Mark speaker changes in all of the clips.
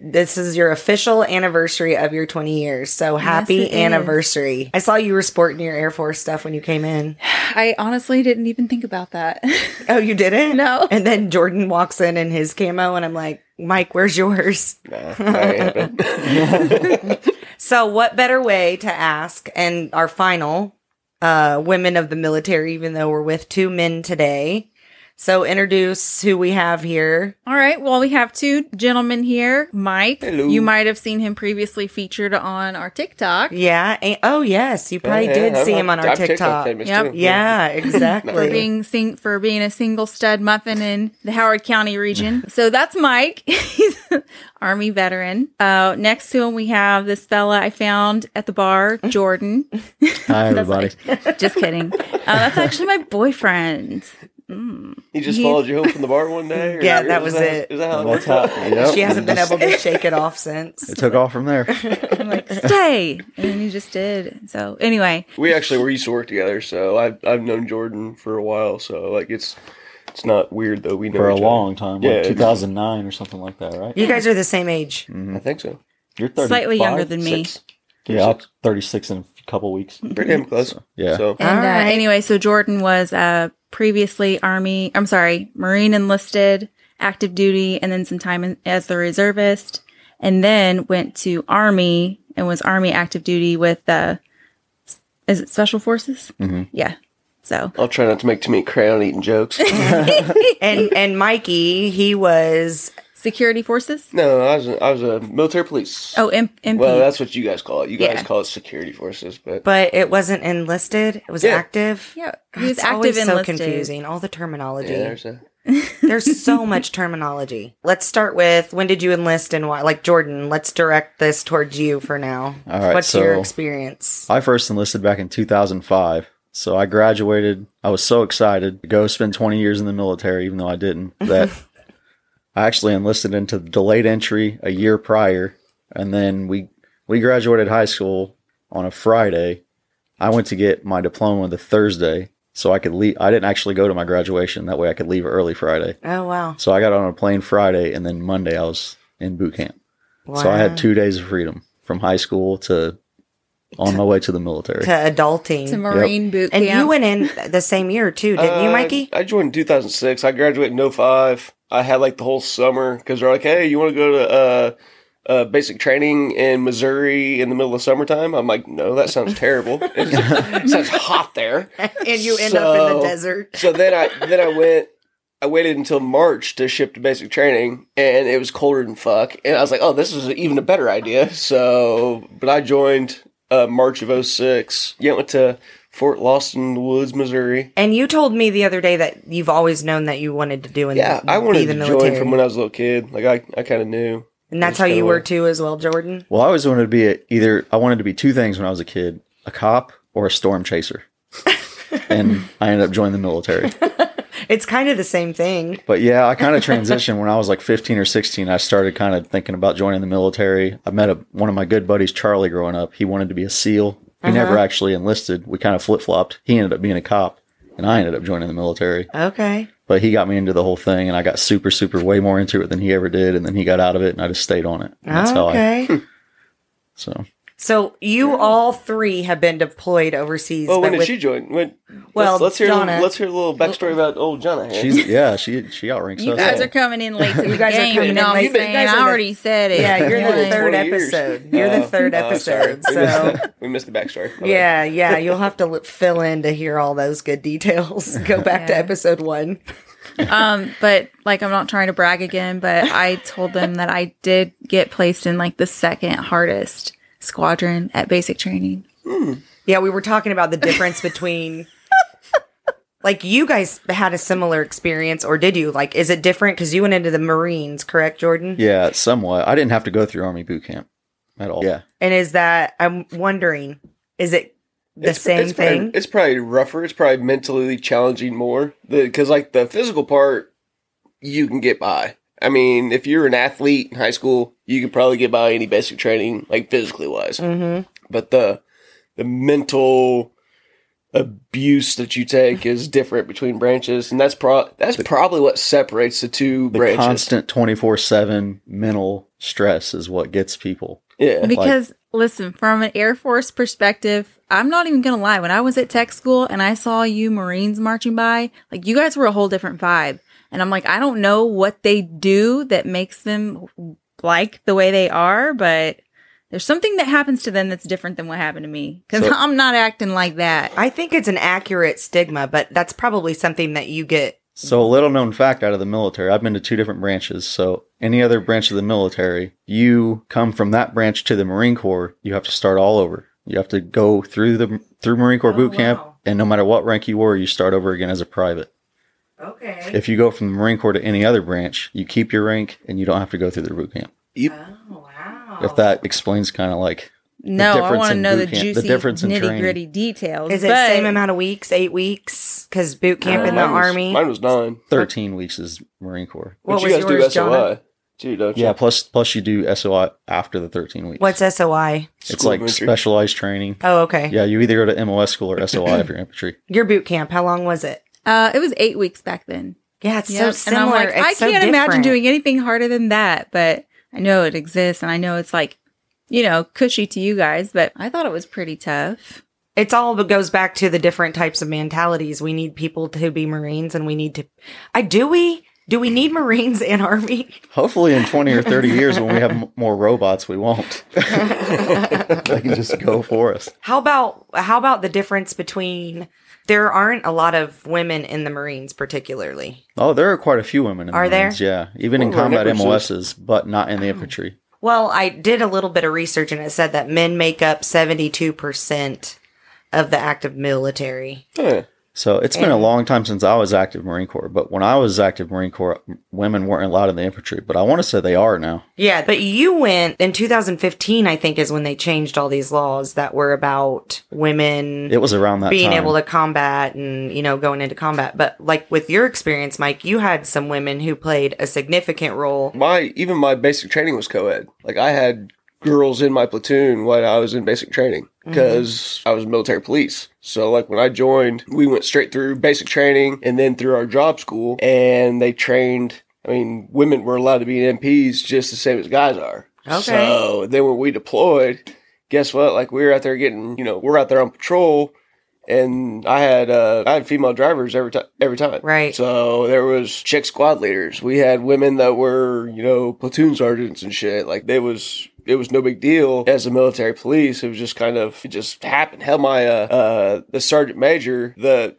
Speaker 1: This is your official anniversary of your 20 years. So happy
Speaker 2: it is.
Speaker 1: anniversary. I saw you were sporting your Air Force stuff when you came in.
Speaker 2: I honestly didn't even think about that.
Speaker 1: Oh, you didn't?
Speaker 2: No.
Speaker 1: And then Jordan walks in in his camo, and I'm like, Mike, where's yours?
Speaker 3: Nah, that ain't happening.
Speaker 1: So, what better way to ask? And our final uh, women of the military, even though we're with two men today. So, introduce who we have here.
Speaker 2: All right. Well, we have two gentlemen here. Mike,
Speaker 3: Hello.
Speaker 2: you might have seen him previously featured on our TikTok.
Speaker 1: Yeah. and- oh, yes. You probably
Speaker 3: Yeah,
Speaker 1: did
Speaker 3: I'm
Speaker 1: see him on our
Speaker 3: I'm
Speaker 1: TikTok.
Speaker 3: famous
Speaker 2: Yep.
Speaker 3: too.
Speaker 1: yeah,
Speaker 2: For
Speaker 1: exactly.
Speaker 2: being sing- for being a single stud muffin in the Howard County region. so that's Mike. He's an army veteran. Uh, next to him we have this fella I found at the bar, Jordan.
Speaker 4: Hi, everybody.
Speaker 2: Just kidding. Uh, that's actually my boyfriend.
Speaker 3: He just
Speaker 2: He's-
Speaker 3: followed you home from the bar one day. or-
Speaker 1: Yeah, that was
Speaker 3: is
Speaker 1: it.
Speaker 3: Is that how it
Speaker 4: That's
Speaker 3: worked
Speaker 4: how,
Speaker 3: out?
Speaker 4: yep,
Speaker 1: she hasn't
Speaker 4: it
Speaker 1: been
Speaker 4: just-
Speaker 1: able to shake it off since.
Speaker 4: It took off from there.
Speaker 2: I'm like, stay, and he just did. So anyway,
Speaker 3: We actually we used to work together, so I've I've known Jordan for a while. So like it's it's not weird though. We know
Speaker 4: for a
Speaker 3: each other.
Speaker 4: long time,
Speaker 3: Yeah,
Speaker 4: like
Speaker 3: it's-
Speaker 4: 2009 or something like that, right?
Speaker 1: You guys are the same age.
Speaker 3: I think so.
Speaker 4: You're 35,
Speaker 2: Slightly younger than me.
Speaker 3: Six.
Speaker 4: Yeah, I'm 36 in a couple weeks.
Speaker 3: Pretty damn close.
Speaker 4: yeah.
Speaker 3: So
Speaker 2: And
Speaker 1: All
Speaker 2: uh,
Speaker 1: right.
Speaker 2: anyway, so Jordan was uh, previously Army, I'm sorry, Marine enlisted, active duty, and then some time in, as the reservist, and then went to Army and was Army active duty with uh, s- is it Special Forces? Mm-hmm. Yeah. So
Speaker 3: I'll try not to make too many crayon eating jokes.
Speaker 1: And and Mikey, he was
Speaker 2: security forces.
Speaker 3: no, I was a, I was a military police.
Speaker 2: Oh, M- MP.
Speaker 3: well, that's what you guys call it. You guys
Speaker 2: Yeah.
Speaker 3: call it security forces, but
Speaker 1: but it wasn't enlisted. It was
Speaker 3: Yeah.
Speaker 1: active.
Speaker 2: yeah, he was
Speaker 1: It's
Speaker 2: active
Speaker 1: always
Speaker 2: enlisted.
Speaker 1: so confusing. All the terminology.
Speaker 3: yeah, there's a
Speaker 1: There's so much terminology. Let's start with when did you enlist and why? Like Jordan, let's direct this towards you for now.
Speaker 4: All right,
Speaker 1: What's your
Speaker 4: so-
Speaker 1: experience?
Speaker 4: I first enlisted back in 2005. So I graduated. I was so excited to go spend 20 years in the military, even though I didn't. That I actually enlisted into delayed entry a year prior, and then we we graduated high school on a Friday. I went to get my diploma the Thursday, so I could leave. I didn't actually go to my graduation. That way, I could leave early Friday.
Speaker 1: Oh wow.
Speaker 4: So I got on a plane Friday, and then Monday I was in boot camp.
Speaker 1: wow.
Speaker 4: So I had two days of freedom from high school to on my way to the military.
Speaker 1: to adulting.
Speaker 2: It's a Marine boot
Speaker 1: and
Speaker 2: camp.
Speaker 1: you went in the same year too, didn't you,
Speaker 3: Uh,
Speaker 1: Mikey?
Speaker 3: I joined in 2006. I graduated in 05. I had like the whole summer because they're like, hey, you want to go to uh, uh, basic training in Missouri in the middle of summertime? I'm like, no, that sounds terrible. it sounds hot there.
Speaker 1: And you end up in the
Speaker 3: So-
Speaker 1: desert.
Speaker 3: So then I then I went. I waited until March to ship to basic training, and it was colder than fuck. And I was like, oh, this is even a better idea. So, but I joined uh, March of 06. Yeah, went to Fort Lawson Woods, Missouri.
Speaker 1: And you told me the other day that you've always known that you wanted to do in
Speaker 3: Yeah,
Speaker 1: the,
Speaker 3: I
Speaker 1: be
Speaker 3: wanted
Speaker 1: the
Speaker 3: to
Speaker 1: military.
Speaker 3: join from when I was a little kid. Like I, I kind of knew.
Speaker 1: and that's
Speaker 3: Just
Speaker 1: how you
Speaker 3: kinda
Speaker 1: were
Speaker 3: like-
Speaker 1: too as well, Jordan.
Speaker 4: Well, I always wanted to be a, either I wanted to be two things when I was a kid: a cop or a storm chaser. and I ended up joining the military.
Speaker 1: It's kind of the same thing.
Speaker 4: But yeah, I kind of transitioned when I was like 15 or 16. I started kind of thinking about joining the military. I met a, one of my good buddies, Charlie, growing up. He wanted to be a SEAL.
Speaker 2: Uh-huh.
Speaker 4: He never actually enlisted. We kind of flip flopped. He ended up being a cop, and I ended up joining the military.
Speaker 1: Okay.
Speaker 4: But he got me into the whole thing, and I got super, super way more into it than he ever did. And then he got out of it, and I just stayed on it. And that's how I.
Speaker 1: okay.
Speaker 3: Hmm.
Speaker 4: So
Speaker 1: so you all three have been deployed overseas.
Speaker 3: Well,
Speaker 1: but
Speaker 3: when did
Speaker 1: with-
Speaker 3: she join? When,
Speaker 1: Well,
Speaker 3: let's, let's hear. a little-
Speaker 1: Jonna-
Speaker 3: let's hear a little backstory about old Jonna. Here.
Speaker 4: she's yeah, she she outranks
Speaker 2: You
Speaker 4: us.
Speaker 2: guys
Speaker 4: all.
Speaker 2: are coming in late to the
Speaker 1: guys are coming
Speaker 2: game. you
Speaker 1: in
Speaker 2: know what I'm
Speaker 1: late. You
Speaker 2: saying?
Speaker 1: guys are
Speaker 2: I
Speaker 1: the-
Speaker 2: already said it.
Speaker 1: Yeah, you're the
Speaker 2: Like,
Speaker 1: third
Speaker 3: 20 years.
Speaker 1: episode. You're the
Speaker 3: Oh,
Speaker 1: third
Speaker 3: oh, sorry.
Speaker 1: episode.
Speaker 3: We missed
Speaker 1: So
Speaker 3: the- we missed the backstory. My bad.
Speaker 1: yeah, yeah, you'll have to li- fill in to hear all those good details. Go back to
Speaker 2: Yeah.
Speaker 1: episode one.
Speaker 2: um but like i'm not trying to brag again but i told them that i did get placed in like the second hardest squadron at basic training
Speaker 1: Yeah, we were talking about the difference between. Like you guys had a similar experience, or did you? Like, is it different because you went into the Marines, correct, Jordan?
Speaker 4: Yeah, somewhat. I didn't have to go through Army boot camp at all. Yeah,
Speaker 1: And is that I'm wondering, is it the
Speaker 3: It's-
Speaker 1: same
Speaker 3: it's
Speaker 1: thing?
Speaker 3: Probably, it's probably rougher. It's probably mentally challenging more because, like, the physical part, you can get by. I mean, if you're an athlete in high school, you can probably get by any basic training, like physically wise.
Speaker 1: Mm-hmm.
Speaker 3: But the the mental abuse that you take is different between branches, and that's pro that's probably what separates the two
Speaker 4: the
Speaker 3: branches.
Speaker 4: constant twenty four seven mental stress is what gets people.
Speaker 3: Yeah.
Speaker 2: Because listen, from an Air Force perspective, I'm not even gonna lie. When I was at tech school and I saw you Marines marching by, like you guys were a whole different vibe. And I'm like, I don't know what they do that makes them like the way they are, but there's something that happens to them that's different than what happened to me. Because
Speaker 4: So-
Speaker 2: I'm not acting like that.
Speaker 1: I think it's an accurate stigma, but that's probably something that you get.
Speaker 4: So, a little known fact out of the military, I've been to two different branches. So, any other branch of the military, you come from that branch to the Marine Corps, you have to start all over. You have to go through the through Marine Corps
Speaker 1: Oh,
Speaker 4: boot camp,
Speaker 1: wow.
Speaker 4: and no matter what rank you were, you start over again as a private.
Speaker 1: Okay.
Speaker 4: If you go from the Marine Corps to any other branch, you keep your rank and you don't have to go through the boot camp.
Speaker 1: Oh wow.
Speaker 4: If that explains kind of like
Speaker 2: No, I
Speaker 4: difference
Speaker 2: want to
Speaker 4: in
Speaker 2: know the
Speaker 4: boot camp- the
Speaker 2: juicy,
Speaker 4: difference in
Speaker 2: nitty
Speaker 4: training.
Speaker 2: gritty details.
Speaker 1: is it
Speaker 2: but
Speaker 1: same amount of weeks, eight weeks? Because boot camp in the
Speaker 3: Mine was-
Speaker 1: army.
Speaker 3: Mine was nine.
Speaker 4: 13 weeks is Marine Corps.
Speaker 1: what
Speaker 3: But you
Speaker 1: was
Speaker 3: guys do
Speaker 1: yours,
Speaker 3: SOI
Speaker 1: Jonah?
Speaker 3: too, don't you?
Speaker 4: Yeah, plus plus you do SOI after the 13 weeks.
Speaker 1: What's SOI?
Speaker 4: it's
Speaker 3: School
Speaker 4: like
Speaker 3: of Infantry.
Speaker 4: specialized training.
Speaker 1: Oh, okay.
Speaker 4: Yeah, you either go to MOS school or SOI if you're infantry.
Speaker 1: Your boot camp. How long was it?
Speaker 2: uh, it was eight weeks back then.
Speaker 1: Yeah, it's so
Speaker 2: Yep.
Speaker 1: similar.
Speaker 2: And I'm like,
Speaker 1: It's
Speaker 2: I
Speaker 1: so
Speaker 2: can't imagine
Speaker 1: different.
Speaker 2: doing anything harder than that, but I know it exists and I know it's like, you know, cushy to you guys, but I thought it was pretty tough.
Speaker 1: It's all but goes back to the different types of mentalities. We need people to be Marines, and we need to. I do we do we need Marines in Army?
Speaker 4: Hopefully, in 20 or 30 years, when we have m- more robots, we won't. they can just go for us.
Speaker 1: How about how about the difference between? There aren't a lot of women in the Marines, particularly.
Speaker 4: Oh, there are quite a few women in
Speaker 1: Are
Speaker 4: the
Speaker 1: there? Oh.
Speaker 4: Marines, Yeah, even in
Speaker 3: Well, we're
Speaker 4: combat
Speaker 3: never
Speaker 4: MOSs, but not in the infantry.
Speaker 1: Well, I did a little bit of research, and it said that men make up seventy-two percent of the active military.
Speaker 3: Huh.
Speaker 4: So it's been a long time since I was active Marine Corps. But when I was active Marine Corps, m- women weren't allowed in the infantry. But I want to say they are now.
Speaker 1: Yeah, but you went in 2015, I think, is when they changed all these laws that were about women
Speaker 4: It was around that
Speaker 1: being
Speaker 4: time.
Speaker 1: able to combat and, you know, going into combat. But like with your experience, Mike, you had some women who played a significant role.
Speaker 3: My even my basic training was co-ed. Like I had girls in my platoon when I was in basic training because I was military police. So like when I joined, we went straight through basic training and then through our job school, and they trained. I mean, women were allowed to be MPs just the same as guys are.
Speaker 1: Okay.
Speaker 3: So then when we deployed, guess what? Like we were out there getting, you know, we're out there on patrol, and I had uh, I had female drivers every time every time.
Speaker 1: Right.
Speaker 3: So there was chick squad leaders. We had women that were you know platoon sergeants and shit. Like they was. It was no big deal as a military police. It was just kind of it just happened. Hell, my uh, uh the sergeant major that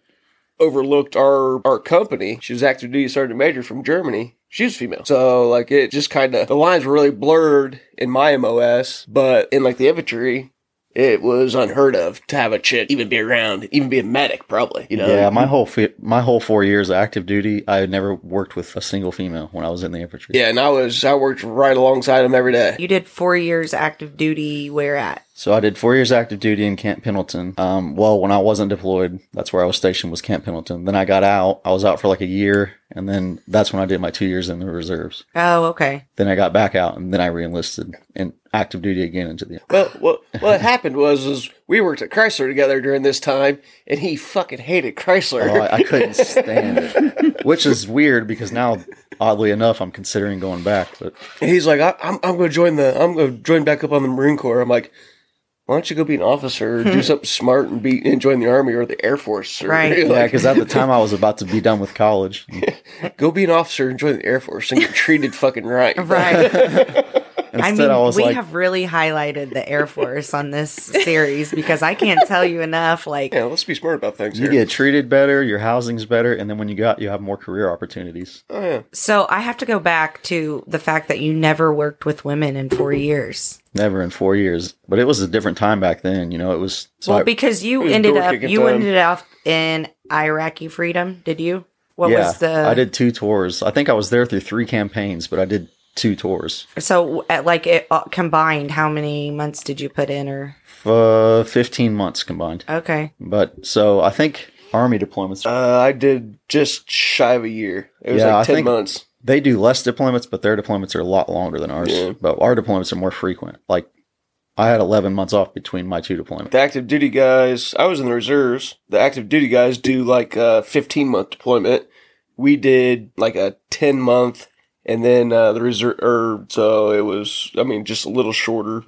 Speaker 3: overlooked our our company. She was active duty sergeant major from Germany. She was female. So like it just kind of the lines were really blurred in my MOS, but in like the infantry, it was unheard of to have a chick even be around, even be a medic probably. You know.
Speaker 4: yeah, my whole fi- my whole four years of active duty, I had never worked with a single female when I was in the infantry.
Speaker 3: Yeah, and I was I worked right alongside him every day.
Speaker 1: You did four years active duty. Where at?
Speaker 4: So I did four years active duty in Camp Pendleton. Um, well, when I wasn't deployed, that's where I was stationed was Camp Pendleton. Then I got out. I was out for like a year, and then that's when I did my two years in the reserves.
Speaker 1: Oh, okay.
Speaker 4: Then I got back out, and then I reenlisted in active duty again into the.
Speaker 3: Well, what what happened was is we worked at Chrysler together during this time, and he fucking hated Chrysler.
Speaker 4: Oh, I, I couldn't stand it, which is weird because now, oddly enough, I'm considering going back. But
Speaker 3: And he's like, I, I'm, I'm going to join the, I'm going to join back up on the Marine Corps. I'm like, why don't you go be an officer, do something smart, and be and join the Army or the Air Force? Or,
Speaker 1: Right.
Speaker 4: yeah,
Speaker 3: Like,
Speaker 4: because at the time I was about to be done with college.
Speaker 3: go be an officer and join the Air Force and get treated fucking right.
Speaker 1: Right. I mean,
Speaker 4: Instead, I, was
Speaker 1: we
Speaker 4: like,
Speaker 1: have really highlighted the Air Force on this series because I can't tell you enough. Like,
Speaker 3: Yeah, let's be smart about things.
Speaker 4: you
Speaker 3: here.
Speaker 4: get treated better, your housing's better, and then when you go out, you have more career opportunities.
Speaker 3: Oh, yeah.
Speaker 1: so I have to go back to the fact that you never worked with women in four years.
Speaker 4: Never in four years, but it was a different time back then. You know, it was so
Speaker 1: well,
Speaker 4: I-
Speaker 1: because you
Speaker 3: was
Speaker 1: ended
Speaker 3: door
Speaker 1: up
Speaker 3: kicking
Speaker 1: you
Speaker 3: time.
Speaker 1: ended up in Iraqi freedom, did you? What
Speaker 4: yeah,
Speaker 1: was the
Speaker 4: I did two tours. I think I was there through three campaigns, but I did two tours.
Speaker 1: so at like it uh, combined how many months did you put in or
Speaker 4: F- Uh, Fifteen months combined.
Speaker 1: okay.
Speaker 4: But so I think army deployments.
Speaker 3: Uh, I did just shy of a year. It was
Speaker 4: Yeah, I
Speaker 3: like 10
Speaker 4: think-
Speaker 3: months.
Speaker 4: they do less deployments, but their deployments are a lot longer than ours.
Speaker 3: Yeah.
Speaker 4: But our deployments are more frequent. Like I had 11 months off between my two deployments.
Speaker 3: The active duty guys, I was in the reserves. The active duty guys do like a 15 month deployment. We did like a 10 month and then uh, the reserve. Or so it was. I mean, just a little shorter,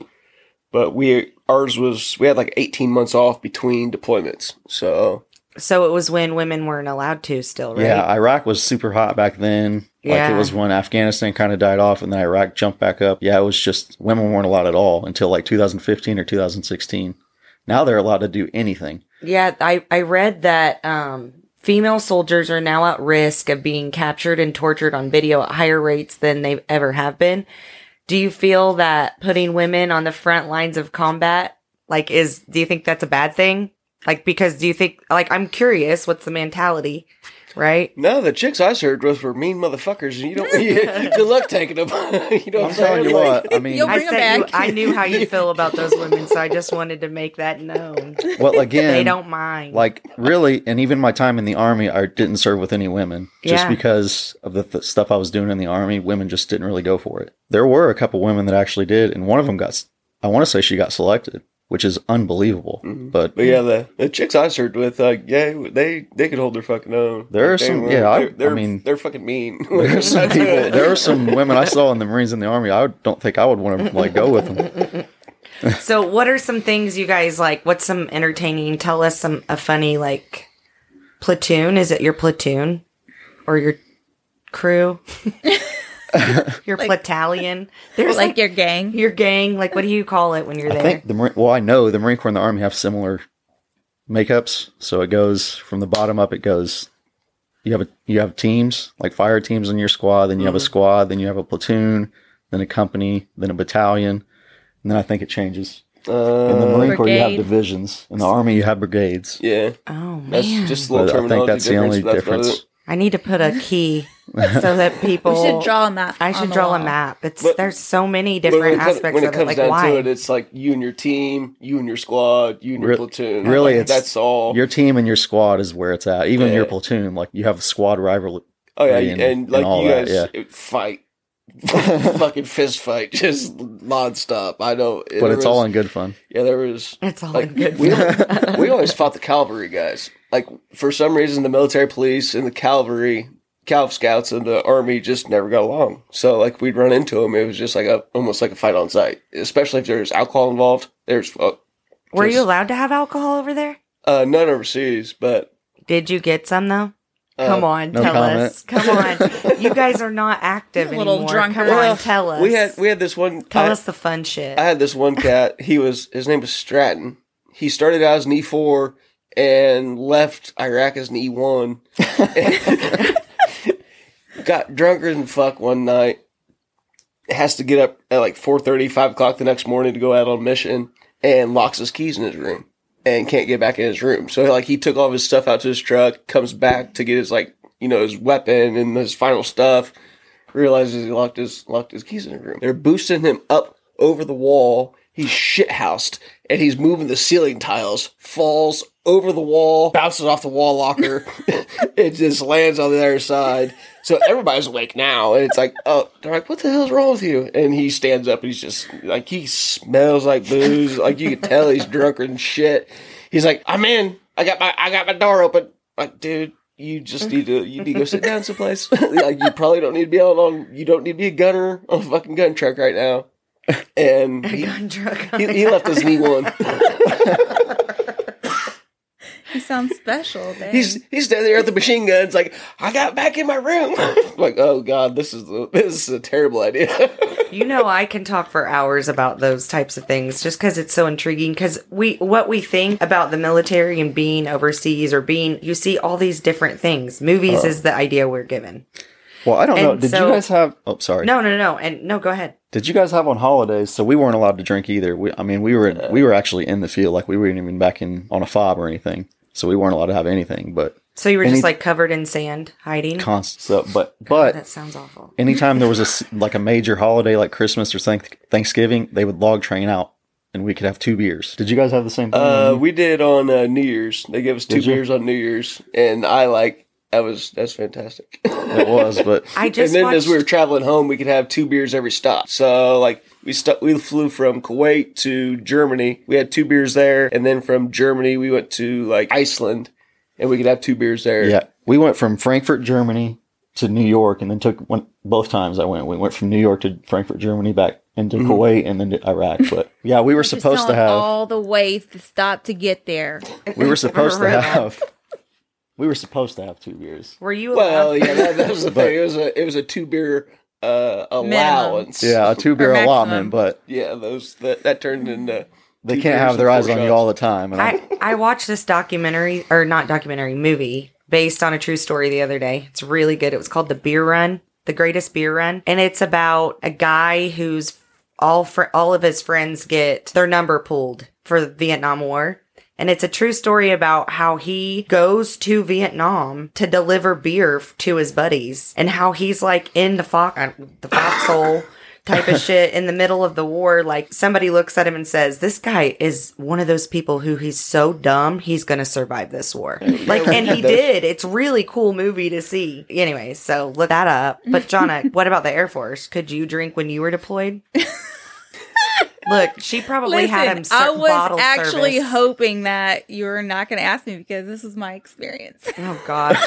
Speaker 3: but we ours was we had like eighteen months off between deployments. So
Speaker 1: So it was when women weren't allowed to still, right?
Speaker 4: Yeah, Iraq was super hot back then. Like
Speaker 1: Yeah.
Speaker 4: it was when Afghanistan kind of died off and then Iraq jumped back up. Yeah, it was just women weren't allowed at all until like 2015 or 2016. Now they're allowed to do anything.
Speaker 1: Yeah, I, I read that um, female soldiers are now at risk of being captured and tortured on video at higher rates than they ever have been. Do you feel that putting women on the front lines of combat, like, is, do you think that's a bad thing? Like, because do you think, like, I'm curious, what's the mentality, right?
Speaker 3: no, the chicks I served with were mean motherfuckers, and you don't. good luck taking them. you know, what
Speaker 4: I'm telling you
Speaker 3: Like,
Speaker 4: what, I mean,
Speaker 2: You'll
Speaker 1: I
Speaker 2: Bring 'em
Speaker 1: said you,
Speaker 2: back.
Speaker 1: I knew how you feel about those women, so I just wanted to make that known.
Speaker 4: well, again,
Speaker 1: They don't mind.
Speaker 4: like really, and even my time in the army, I didn't serve with any women just
Speaker 1: Yeah.
Speaker 4: because of the th- stuff I was doing in the army. Women just didn't really go for it. There were a couple women that actually did, and one of them got, s- I want to say she got selected, which is unbelievable.
Speaker 1: Mm-hmm.
Speaker 4: But
Speaker 3: But yeah, the, the chicks I served with, like, yeah, they they could hold their fucking own.
Speaker 4: There are
Speaker 3: Like, they
Speaker 4: some-
Speaker 3: were-
Speaker 4: yeah, I-
Speaker 3: they're, they're-
Speaker 4: I mean-
Speaker 3: they're fucking mean.
Speaker 4: There are some people. There are some women I saw in the Marines in the Army. I would- don't think I would want to like go with them.
Speaker 1: So, what are some things you guys like? What's some entertaining? Tell us some a funny like platoon. Is it your platoon or your crew? your battalion? There's like,
Speaker 2: like your gang.
Speaker 1: your gang. Like, what do you call it when you're
Speaker 4: I
Speaker 1: there?
Speaker 4: think the Marine. Well, I know the Marine Corps and the Army have similar makeups, so it goes from the bottom up. It goes. You have a you have teams like fire teams in your squad. Then you
Speaker 3: Mm-hmm.
Speaker 4: have a squad. Then you have a platoon. Then a company. Then a battalion. And then I think it changes. In the
Speaker 3: Uh,
Speaker 4: Marine Corps, you have
Speaker 2: Brigade.
Speaker 4: divisions. In the Army, you have brigades.
Speaker 3: yeah,
Speaker 1: oh man,
Speaker 3: that's just a little
Speaker 4: But I
Speaker 3: terminology
Speaker 4: think that's the only
Speaker 3: but that's about
Speaker 4: difference.
Speaker 3: it.
Speaker 1: I need to put a key so that
Speaker 2: We
Speaker 1: people.
Speaker 2: should draw a map.
Speaker 1: I
Speaker 2: on
Speaker 1: should
Speaker 2: the
Speaker 1: draw a
Speaker 2: wall.
Speaker 1: map. It's
Speaker 3: But-
Speaker 1: there's so many
Speaker 3: But when
Speaker 1: different
Speaker 3: it comes,
Speaker 1: aspects
Speaker 3: when it
Speaker 1: of it.
Speaker 3: comes
Speaker 1: Like,
Speaker 3: down
Speaker 1: why?
Speaker 3: to it, it's like you and your team, you and your squad, you and your
Speaker 4: Re-
Speaker 3: platoon.
Speaker 4: really,
Speaker 3: Like,
Speaker 4: it's-
Speaker 3: that's all.
Speaker 4: Your team and your squad is where it's at. Even your
Speaker 3: Yeah.
Speaker 4: platoon, like you have squad rival.
Speaker 3: oh yeah,
Speaker 4: and-
Speaker 3: and,
Speaker 4: and
Speaker 3: like
Speaker 4: all
Speaker 3: you
Speaker 4: that,
Speaker 3: guys fight, fucking fist fight, just nonstop. I know,
Speaker 4: But it's all in good fun.
Speaker 3: yeah, there was
Speaker 1: It's all
Speaker 3: like
Speaker 1: in good.
Speaker 3: we, we always fought the cavalry guys. Like for some reason, the military police and the cavalry, Calv Scouts and the army just never got along. So like we'd run into them, it was just like a almost like a fight on site. Especially if there's alcohol involved. There's uh,
Speaker 1: Were you
Speaker 3: just-
Speaker 1: allowed to have alcohol over there?
Speaker 3: uh, none overseas, but
Speaker 1: Did you get some though?
Speaker 3: Uh,
Speaker 1: Come on,
Speaker 4: no
Speaker 1: tell
Speaker 4: comment.
Speaker 1: us. Come on, you guys are not active
Speaker 2: You're a little
Speaker 1: anymore.
Speaker 2: drunker.
Speaker 1: Come
Speaker 2: Well,
Speaker 1: on, tell us.
Speaker 3: we had we had this one.
Speaker 1: tell
Speaker 3: I,
Speaker 1: us the fun shit.
Speaker 3: I had this one cat. He was his name was Stratton. He started out as an E four and left Iraq as an E one. Got drunker than fuck one night. Has to get up at like 4.30, 5 o'clock the next morning to go out on mission and locks his keys in his room and can't get back in his room. So like he took all of his stuff out to his truck, comes back to get his like you know his weapon and his final stuff. Realizes he locked his locked his keys in his room. They're boosting him up over the wall. He's shithoused and he's moving the ceiling tiles. Falls over the wall, bounces off the wall locker. it just lands on the other side. So everybody's awake now, and it's like, oh, they're like, what the hell's wrong with you? And he stands up, and he's just like, he smells like booze. Like you can tell he's drunker than shit. He's like, I'm in. I got my, I got my door open. Like, dude, you just need to, you need to go sit down someplace. like, you probably don't need to be out on, you don't need to be a gunner on a fucking gun truck right now. And he, he, he left his knee one.
Speaker 2: You sound special. Babe.
Speaker 3: He's he's standing there with the machine guns, like I got back in my room. like, oh god, this is the, this is a terrible idea.
Speaker 1: you know, I can talk for hours about those types of things just because it's so intriguing. Because we, what we think about the military and being overseas or being, you see all these different things.
Speaker 3: Uh.
Speaker 1: Movies is the idea we're given.
Speaker 4: Well, I don't know.
Speaker 1: And
Speaker 4: Did
Speaker 1: so-
Speaker 4: you guys have? Oh, sorry.
Speaker 1: No, no, no, and no. Go ahead.
Speaker 4: Did you guys have on holidays? So we weren't allowed to drink either. We, I mean, we were we were actually in the field, like we weren't even back in on a fob or anything. So we weren't allowed to have anything, but
Speaker 1: So you were
Speaker 4: Any-
Speaker 1: just like covered in sand, hiding.
Speaker 4: constant. So, but but
Speaker 1: that sounds awful.
Speaker 4: anytime there was a s- like a major holiday, like Christmas or thank, Thanksgiving, they would log train out, and we could have two beers. Did you guys have the same thing?
Speaker 3: Uh, we did on uh, New Year's. They gave us two
Speaker 4: you?
Speaker 3: beers on New Year's, and I like that was that's fantastic.
Speaker 4: it was, but
Speaker 1: I
Speaker 3: and
Speaker 1: just
Speaker 3: then
Speaker 1: watched.
Speaker 3: as we were traveling home, we could have two beers every stop. So like we stu we flew from Kuwait to Germany. We had two beers there, and then from Germany we went to like Iceland, and we could have two beers there.
Speaker 4: yeah, we went from Frankfurt, Germany, to New York, and then took one both times I went. We went from New York to Frankfurt, Germany, back into Kuwait, and then to Iraq. But yeah, we were
Speaker 5: Just
Speaker 4: supposed to
Speaker 5: telling
Speaker 4: have
Speaker 5: all the ways to stop to get there.
Speaker 4: we were supposed to
Speaker 1: Right.
Speaker 4: have we were supposed to have two beers.
Speaker 1: Were you
Speaker 3: Well,
Speaker 1: allowed?
Speaker 3: yeah, that, that was the
Speaker 4: But-
Speaker 3: thing. It was a it was a two beer uh, allowance.
Speaker 4: Yeah, a two beer
Speaker 2: maximum.
Speaker 4: allotment, but
Speaker 3: yeah. Those that, that turned into
Speaker 4: they
Speaker 3: Two
Speaker 4: can't
Speaker 3: beers
Speaker 4: have their
Speaker 3: and
Speaker 4: eyes
Speaker 3: four
Speaker 4: on you
Speaker 3: shots.
Speaker 4: all the time. And I,
Speaker 1: I, I watched this documentary, or not documentary, movie based on a true story the other day. It's really good. It was called The Beer Run, The Greatest Beer Run. And it's about a guy who's all fr- all of his friends get their number pulled for the Vietnam War. And it's a true story about how he goes to Vietnam to deliver beer f- to his buddies and how he's like in the, fo- uh, the foxhole type of shit in the middle of the war. Like somebody looks at him and says, This guy is one of those people who he's so dumb, he's going to survive this war.
Speaker 2: Oh,
Speaker 1: Like, and he did. It's really cool movie to see. Anyway, so look that up. But, Jonna, what about the Air Force? Could you drink when you were deployed? Look, she probably had him.
Speaker 2: Listen,
Speaker 1: Ser-
Speaker 2: I was
Speaker 1: bottle
Speaker 2: actually
Speaker 1: service.
Speaker 2: hoping that you were not going to ask me because this is my experience.
Speaker 1: Oh gosh,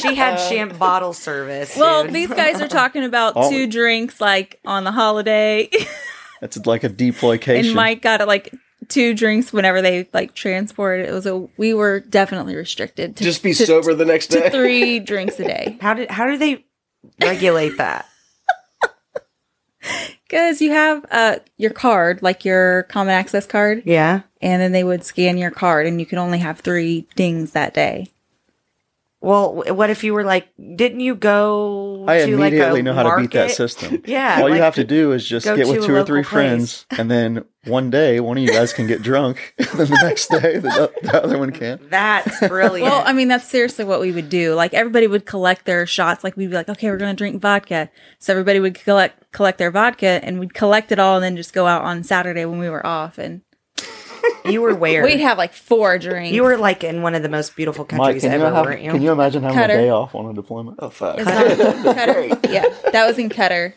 Speaker 1: she had champ bottle service.
Speaker 2: Uh, Well,
Speaker 1: dude.
Speaker 2: these guys are talking about
Speaker 4: Oh.
Speaker 2: two drinks like on the holiday,
Speaker 4: that's like a deploycation.
Speaker 2: and Mike got like two drinks whenever they like transported. It was a we were definitely restricted to
Speaker 3: just be
Speaker 2: to-
Speaker 3: sober the next
Speaker 2: to
Speaker 3: day.
Speaker 2: three drinks a day
Speaker 1: how did how do they regulate that?
Speaker 2: because you have uh your card, like your common access card,
Speaker 1: Yeah.
Speaker 2: and then they would scan your card, and you could only have three dings that day.
Speaker 1: Well, w- what if you were like, didn't you go?
Speaker 4: I
Speaker 1: to
Speaker 4: immediately
Speaker 1: like a
Speaker 4: know how to beat that
Speaker 1: market?
Speaker 4: system.
Speaker 1: Yeah,
Speaker 4: All
Speaker 1: like-
Speaker 4: you have to do is just
Speaker 1: go
Speaker 4: get
Speaker 1: to
Speaker 4: with
Speaker 1: a
Speaker 4: two or three
Speaker 1: local place.
Speaker 4: friends, and then one day one of you guys can get drunk, and then the next day the, the other one can.
Speaker 1: That's brilliant.
Speaker 2: Well, I mean, that's seriously what we would do. Like everybody would collect their shots. Like we'd be like, okay, we're gonna drink vodka. So everybody would collect collect their vodka, and we'd collect it all, and then just go out on Saturday when we were off, and
Speaker 1: you were where?
Speaker 2: we'd have like four drinks.
Speaker 1: you were like in one of the most beautiful
Speaker 4: Mike,
Speaker 1: countries
Speaker 4: can you,
Speaker 1: ever,
Speaker 4: have,
Speaker 1: weren't you?
Speaker 4: can you imagine having
Speaker 2: Cutter.
Speaker 4: a day off on a deployment?
Speaker 3: oh fuck!
Speaker 2: It's not- Qatar. Yeah, that was in Qatar.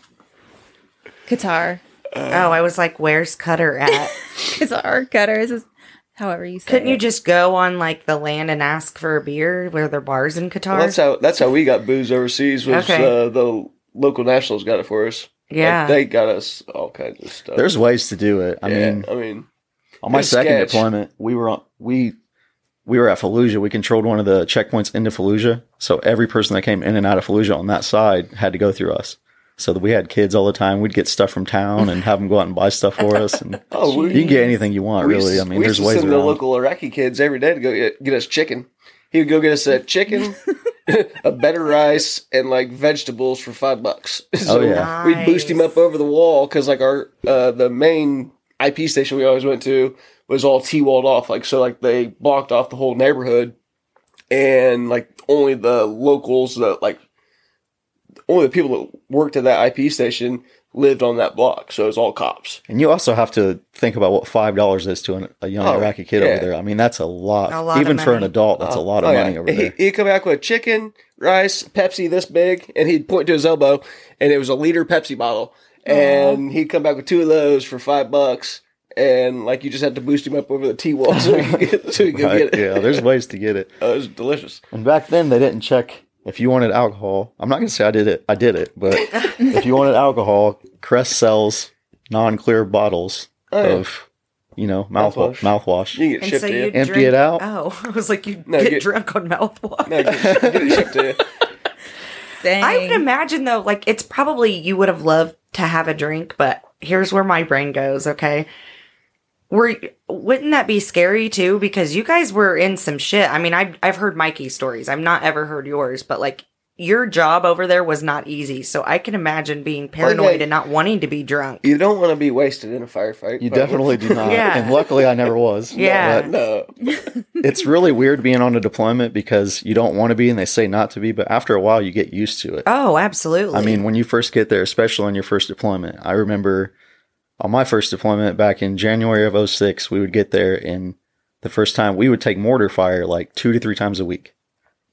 Speaker 2: Qatar,
Speaker 1: oh, I was like, where's Cutter at?
Speaker 2: Qatar, Qatar is is- however you say.
Speaker 1: Couldn't you
Speaker 2: it.
Speaker 1: just go on like the land and ask for a beer? Were there bars in Qatar?
Speaker 3: Well, that's how that's how we got booze overseas. Was
Speaker 1: Okay.
Speaker 3: uh, the local nationals got it for us? Like,
Speaker 1: yeah.
Speaker 3: they got us all kinds of stuff.
Speaker 4: There's ways to do it. I
Speaker 3: Yeah,
Speaker 4: mean,
Speaker 3: I mean,
Speaker 4: on my
Speaker 3: it's
Speaker 4: second
Speaker 3: sketch.
Speaker 4: deployment, we were on we we were at Fallujah. We controlled one of the checkpoints into Fallujah, so every person that came in and out of Fallujah on that side had to go through us. So that we had kids all the time. We'd get stuff from town and have them go out and buy stuff for us. And
Speaker 3: oh, we,
Speaker 4: you can get anything you want,
Speaker 3: we
Speaker 4: really.
Speaker 3: used-
Speaker 4: I mean,
Speaker 3: we
Speaker 4: there's
Speaker 3: used to
Speaker 4: ways
Speaker 3: send the
Speaker 4: around.
Speaker 3: local Iraqi kids every day to go get, get us chicken. He would go get us a chicken, a better rice, and like vegetables for five bucks. so
Speaker 4: Oh, yeah.
Speaker 3: we'd boost him
Speaker 1: Nice.
Speaker 3: up over the wall because like our uh, the main IP station we always went to was all T walled off. Like so, like they blocked off the whole neighborhood, and like only the locals that like only the people that worked at that IP station lived on that block. So it was all cops.
Speaker 4: and you also have to think about what five dollars is to an, a young
Speaker 3: Oh,
Speaker 4: Iraqi kid
Speaker 3: yeah.
Speaker 4: over there. I mean, that's a lot.
Speaker 1: A lot of
Speaker 4: Even for an
Speaker 1: money.
Speaker 4: adult, that's a lot of
Speaker 3: Oh, yeah.
Speaker 4: money over
Speaker 3: he,
Speaker 4: there.
Speaker 3: He'd come back with chicken, rice, Pepsi this big, and he'd point to his elbow, and it was a liter Pepsi bottle. And he'd come back with two of those for five bucks, and like you just had to boost him up over the T wall so he could get, so he could
Speaker 4: Right?
Speaker 3: get it.
Speaker 4: Yeah, there's ways to get it.
Speaker 3: Oh, it was delicious.
Speaker 4: And back then, they didn't check if you wanted alcohol. I'm not going to say I did it. I did it, but if you wanted alcohol, Crest sells non-clear bottles
Speaker 3: Oh, yeah.
Speaker 4: of, you know, mouthwash.
Speaker 3: Mouthwash.
Speaker 4: Mouthwash.
Speaker 3: You can get
Speaker 1: And
Speaker 3: shipped
Speaker 1: so
Speaker 3: to
Speaker 1: you
Speaker 3: you.
Speaker 4: Empty
Speaker 1: drink-
Speaker 4: it out.
Speaker 1: Oh, I was like, you
Speaker 3: No,
Speaker 1: get,
Speaker 3: get-
Speaker 1: drunk on mouthwash.
Speaker 3: No, get, get it shipped to you.
Speaker 2: Dang.
Speaker 1: I would imagine though, like it's probably you would have loved to have a drink, but here's where my brain goes. Okay, were wouldn't that be scary too? Because you guys were in some shit. I mean, I've I've heard Mikey's stories. I've not ever heard yours, but like your job over there was not easy. So I can imagine being paranoid
Speaker 3: yeah.
Speaker 1: and not wanting to be drunk.
Speaker 3: You don't want to be wasted in a firefight.
Speaker 4: You
Speaker 3: but-
Speaker 4: definitely do not.
Speaker 1: Yeah.
Speaker 4: And luckily, I never was.
Speaker 1: Yeah.
Speaker 4: But
Speaker 3: No.
Speaker 4: it's really weird being on a deployment because you don't want to be, and they say not to be. But after a while, you get used to it.
Speaker 1: Oh, absolutely.
Speaker 4: I mean, when you first get there, especially on your first deployment, I remember on my first deployment back in January of 06, we would get there and the first time we would take mortar fire like two to three times a week.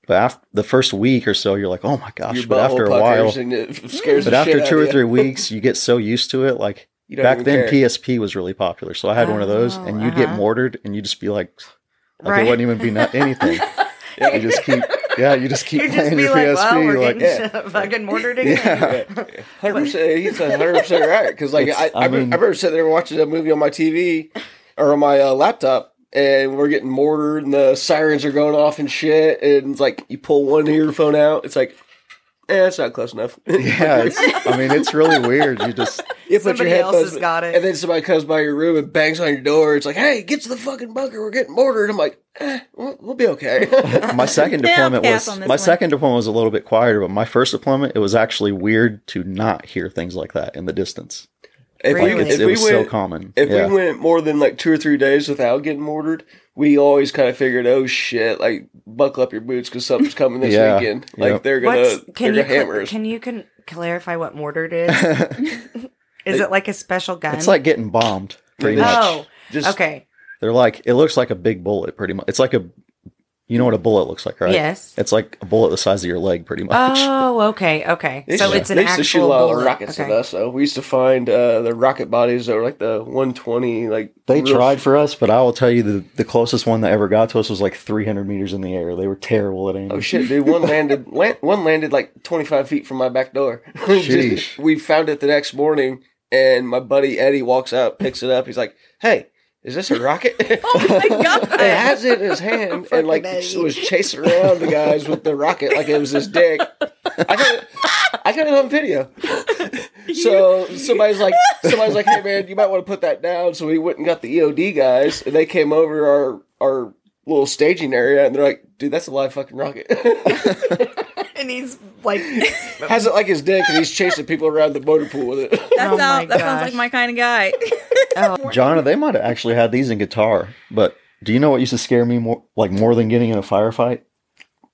Speaker 4: But after the first week or so, you're like, oh my gosh.
Speaker 3: Your
Speaker 4: but
Speaker 3: butthole
Speaker 4: after a
Speaker 3: puckers
Speaker 4: while,
Speaker 3: and it scares
Speaker 4: but
Speaker 3: the shit
Speaker 4: after
Speaker 3: out
Speaker 4: two
Speaker 3: of
Speaker 4: or
Speaker 3: you.
Speaker 4: three weeks, you get so used to it. Like
Speaker 3: You don't
Speaker 4: back
Speaker 3: even
Speaker 4: then,
Speaker 3: care.
Speaker 4: PSP was really popular. So I had one of those
Speaker 1: Oh,
Speaker 4: and you'd get
Speaker 1: uh-huh.
Speaker 4: mortared and you'd just be like, like
Speaker 1: Right.
Speaker 4: it wouldn't even be not anything. You just keep Yeah, you just keep
Speaker 1: You just
Speaker 4: playing
Speaker 1: be
Speaker 4: your
Speaker 1: like,
Speaker 4: PSP.
Speaker 1: well, we're
Speaker 4: you're like,
Speaker 1: getting
Speaker 4: yeah.
Speaker 1: fucking murdered again.
Speaker 4: yeah.
Speaker 3: Hundred percent. He's hundred percent right. Because like
Speaker 4: It's-
Speaker 3: I,
Speaker 4: I
Speaker 3: I, mean,
Speaker 4: mean-
Speaker 3: I remember sitting there watching a movie on my TV or on my uh, laptop, and we're getting mortared, and the sirens are going off and shit. And it's like you pull one earphone out, it's like, eh, it's not close enough.
Speaker 4: Yeah, it's, I mean, it's really weird. You just
Speaker 3: you
Speaker 1: Somebody else
Speaker 3: headphones
Speaker 1: has
Speaker 3: in,
Speaker 1: got it.
Speaker 3: and then somebody comes by your room and bangs on your door. It's like, hey, get to the fucking bunker. We're getting mortared. I'm like, eh, we'll, we'll be okay.
Speaker 4: my second
Speaker 2: Yeah, I'll
Speaker 4: deployment
Speaker 2: pass
Speaker 4: was
Speaker 2: on
Speaker 4: my
Speaker 2: this one.
Speaker 4: second deployment was a little bit quieter, but my first deployment it was actually weird to not hear things like that in the distance.
Speaker 3: if
Speaker 4: Like
Speaker 1: Really?
Speaker 4: it's, it was so common.
Speaker 3: If
Speaker 4: yeah.
Speaker 3: we went more than like two or three days without getting mortared, we always kind of figured, oh shit, like buckle up your boots because something's coming this
Speaker 4: Yeah.
Speaker 3: weekend. Like
Speaker 4: Yep.
Speaker 3: they're gonna,
Speaker 1: What's can you
Speaker 3: they're gonna
Speaker 1: cl-
Speaker 3: hammer us.
Speaker 1: can you can clarify what mortared is? Is it like a special gun?
Speaker 4: it's like getting bombed, pretty
Speaker 3: Yeah.
Speaker 4: much.
Speaker 1: oh,
Speaker 3: Just
Speaker 1: okay,
Speaker 4: They're like it looks like a big bullet, pretty much. It's like a you know what a bullet looks like, right?
Speaker 1: yes.
Speaker 4: It's like a bullet the size of your leg, pretty much.
Speaker 1: Oh, okay, okay.
Speaker 3: They
Speaker 1: so
Speaker 3: used to-
Speaker 1: it's an
Speaker 3: they used to shoot a
Speaker 1: actual
Speaker 3: lot
Speaker 1: bullet.
Speaker 3: of rockets
Speaker 1: okay.
Speaker 3: at us. Though we used to find uh, the rocket bodies that were like the 120. Like
Speaker 4: They
Speaker 3: real-
Speaker 4: tried for us, but I will tell you the, the closest one that ever got to us was like 300 meters in the air. They were terrible at aiming.
Speaker 3: Oh shit, dude! One landed, land, one landed like 25 feet from my back door. Just-
Speaker 4: Sheesh.
Speaker 3: we found it the next morning, and my buddy Eddie walks up, picks it up. He's like, "Hey, is this a rocket?"
Speaker 5: Oh my god.
Speaker 3: and has it in his hand and like
Speaker 1: Fucking
Speaker 3: was chasing around the guys with the rocket like it was his dick. I got it, I got it on video. So somebody's like somebody's like, hey man, you might want to put that down. So we went and got the EOD guys and they came over our our little staging area and they're like, dude, that's a live fucking rocket.
Speaker 1: And he's like,
Speaker 3: has it like his dick and he's chasing people around the motor pool with it.
Speaker 2: That's
Speaker 1: Oh my
Speaker 2: out. That sounds
Speaker 1: gosh.
Speaker 2: like my kind of guy.
Speaker 4: Jonna, they might have actually had these in guitar, but do you know what used to scare me more like more than getting in a firefight?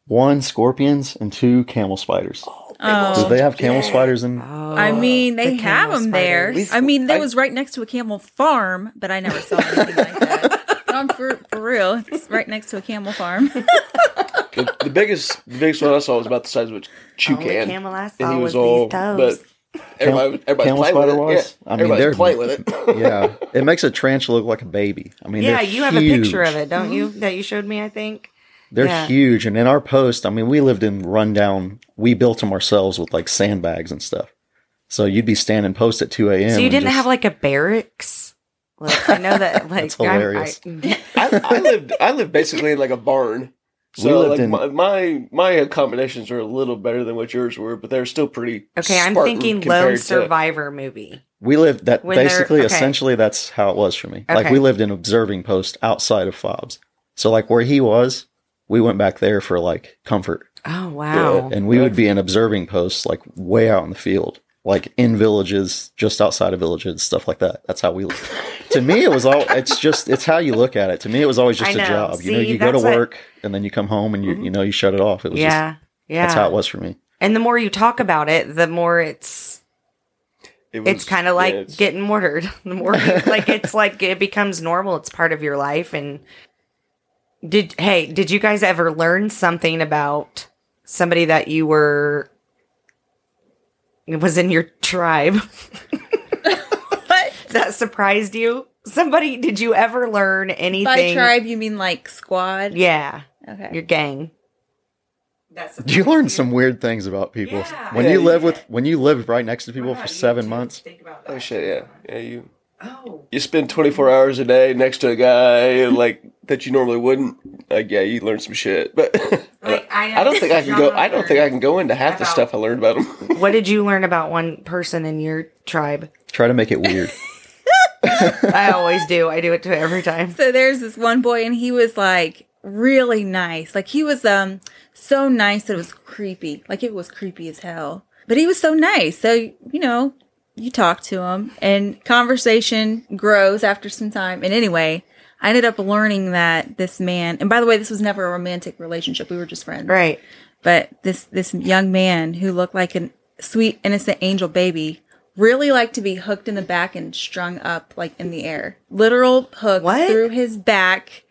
Speaker 4: One, scorpions, and two, camel spiders.
Speaker 2: Oh.
Speaker 4: Do they have camel spiders in
Speaker 1: Oh.
Speaker 2: I mean, they have them there.
Speaker 3: spiders.
Speaker 2: I mean,
Speaker 3: I-
Speaker 2: that was right next to a camel farm, but I never saw anything like that. No, I'm for, for real. It's right next to a camel farm.
Speaker 3: The, the biggest the biggest one I saw was about the size of a
Speaker 1: Only
Speaker 3: toucan.
Speaker 1: camel I
Speaker 3: and
Speaker 1: saw
Speaker 3: he
Speaker 1: was these
Speaker 3: was all,
Speaker 1: toes.
Speaker 3: but everybody, everybody
Speaker 4: camel
Speaker 3: playing with
Speaker 4: spider
Speaker 3: it.
Speaker 4: wise?
Speaker 3: Yeah,
Speaker 4: I mean,
Speaker 3: everybody's
Speaker 4: they're-
Speaker 3: playing with it.
Speaker 4: Yeah. It makes a tarantula look like a baby. I mean
Speaker 1: yeah,
Speaker 4: they're
Speaker 1: you have a picture
Speaker 4: huge.
Speaker 1: of it, don't you? That you showed me, I think.
Speaker 4: They're
Speaker 1: Yeah.
Speaker 4: huge. And in our post, I mean, we lived in rundown. We built them ourselves with like sandbags and stuff. So you'd be standing post at 2 a.m.
Speaker 1: So you
Speaker 4: and
Speaker 1: didn't
Speaker 4: just-
Speaker 1: have like a barracks. Like, I know that. Like,
Speaker 4: That's hilarious.
Speaker 1: I'm, I,
Speaker 3: I, I lived, I lived basically in like a barn.
Speaker 4: We
Speaker 3: So
Speaker 4: lived
Speaker 3: like
Speaker 4: in-
Speaker 3: my, my my accommodations are a little better than what yours were, but they're still pretty.
Speaker 1: okay, I'm
Speaker 3: Spartan
Speaker 1: thinking
Speaker 3: compared
Speaker 1: Lone
Speaker 3: to-
Speaker 1: Survivor movie.
Speaker 4: We lived that
Speaker 1: When they're-
Speaker 4: basically,
Speaker 1: okay.
Speaker 4: essentially, that's how it was for me. Like
Speaker 1: Okay.
Speaker 4: we lived in observing post outside of Fobs. So like where he was, we went back there for like comfort,
Speaker 1: Oh wow.
Speaker 4: and we would be in observing posts like way out in the field, like in villages, just outside of villages, stuff like that. That's how we lived. to me, it was all. It's just it's how you look at it. To me, it was always
Speaker 1: I
Speaker 4: just a
Speaker 1: know.
Speaker 4: job. you know,
Speaker 1: See,
Speaker 4: you go to
Speaker 1: that's what- Mm-hmm.
Speaker 4: work and then you come home and you you know you shut it off. It was just
Speaker 1: Yeah. Yeah.
Speaker 4: that's how it was for me.
Speaker 1: And the more you talk about it, the more it's
Speaker 3: It was-
Speaker 1: it's kind of like
Speaker 3: yeah, it's-
Speaker 1: getting mortared. The more you, like it's like it becomes normal. It's part of your life. And did hey, did you guys ever learn something about somebody that you were was in your tribe
Speaker 2: But
Speaker 1: that surprised you? Somebody, did you ever learn anything?
Speaker 2: by tribe, you mean like squad?
Speaker 1: Yeah,
Speaker 2: Okay.
Speaker 1: your gang. That's
Speaker 4: You learn some weird things about people
Speaker 1: Yeah.
Speaker 4: when
Speaker 3: Yeah,
Speaker 4: you
Speaker 3: you
Speaker 4: live with when you live right next to people for seven months.
Speaker 3: oh shit, yeah, yeah. You
Speaker 1: Oh,
Speaker 3: you spend 24 hours a day next to a guy like that you normally wouldn't. Like yeah, you learn some shit, but
Speaker 1: Like, I-
Speaker 3: I, don't think I can go. I don't think I can go into half the
Speaker 1: About-
Speaker 3: stuff I learned about him.
Speaker 1: What did you learn about one person in your tribe?
Speaker 4: Try to make it weird.
Speaker 1: I always do. I do it to every time.
Speaker 2: So there's this one boy, and he was like really nice. Like he was um so nice that it was creepy. Like it was creepy as hell. But he was so nice. So you know, you talk to him, and conversation grows after some time. And anyway, I ended up learning that this man. And by the way, this was never a romantic relationship. We were just friends.
Speaker 1: Right.
Speaker 2: But this this young man who looked like a sweet innocent angel baby really liked to be hooked in the back and strung up like in the air. Literal hooks
Speaker 1: What?
Speaker 2: through his back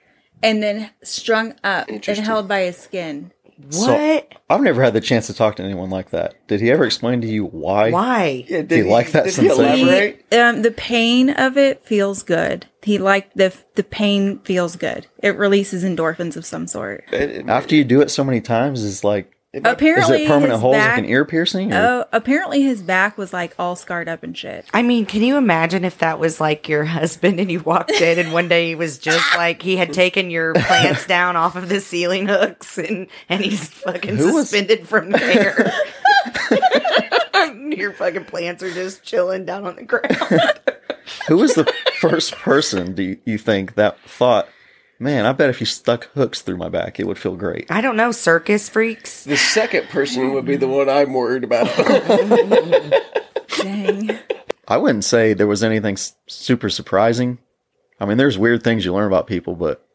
Speaker 2: and then strung up and
Speaker 3: Interesting.
Speaker 2: held by his skin.
Speaker 4: So-
Speaker 1: What?
Speaker 4: I've never had the chance to talk to anyone like that. Did he ever explain to you why?
Speaker 1: Why?
Speaker 3: Yeah,
Speaker 4: Do you like that
Speaker 3: did
Speaker 4: sensation?
Speaker 3: He elaborate?
Speaker 2: He, um, the pain of it feels good. He like the the pain feels good. It releases endorphins of some sort.
Speaker 4: After you do it so many times, it's like is
Speaker 2: Apparently,
Speaker 4: it permanent
Speaker 2: his
Speaker 4: holes
Speaker 2: back-
Speaker 4: like an ear piercing? Or,
Speaker 2: Oh, apparently his back was like all scarred up and shit.
Speaker 1: I mean, can you imagine if that was like your husband and you walked in and one day he was just like he had taken your plants down off of the ceiling hooks and and he's fucking
Speaker 4: Who was-
Speaker 1: suspended from there. your fucking plants are just chilling down on the ground.
Speaker 4: Who was the first person do you, you think that thought, man, I bet if you stuck hooks through my back, it would feel great?
Speaker 1: I don't know, circus freaks.
Speaker 3: The second person would be the one I'm worried about.
Speaker 2: Dang.
Speaker 4: I wouldn't say there was anything s- super surprising. I mean, there's weird things you learn about people, but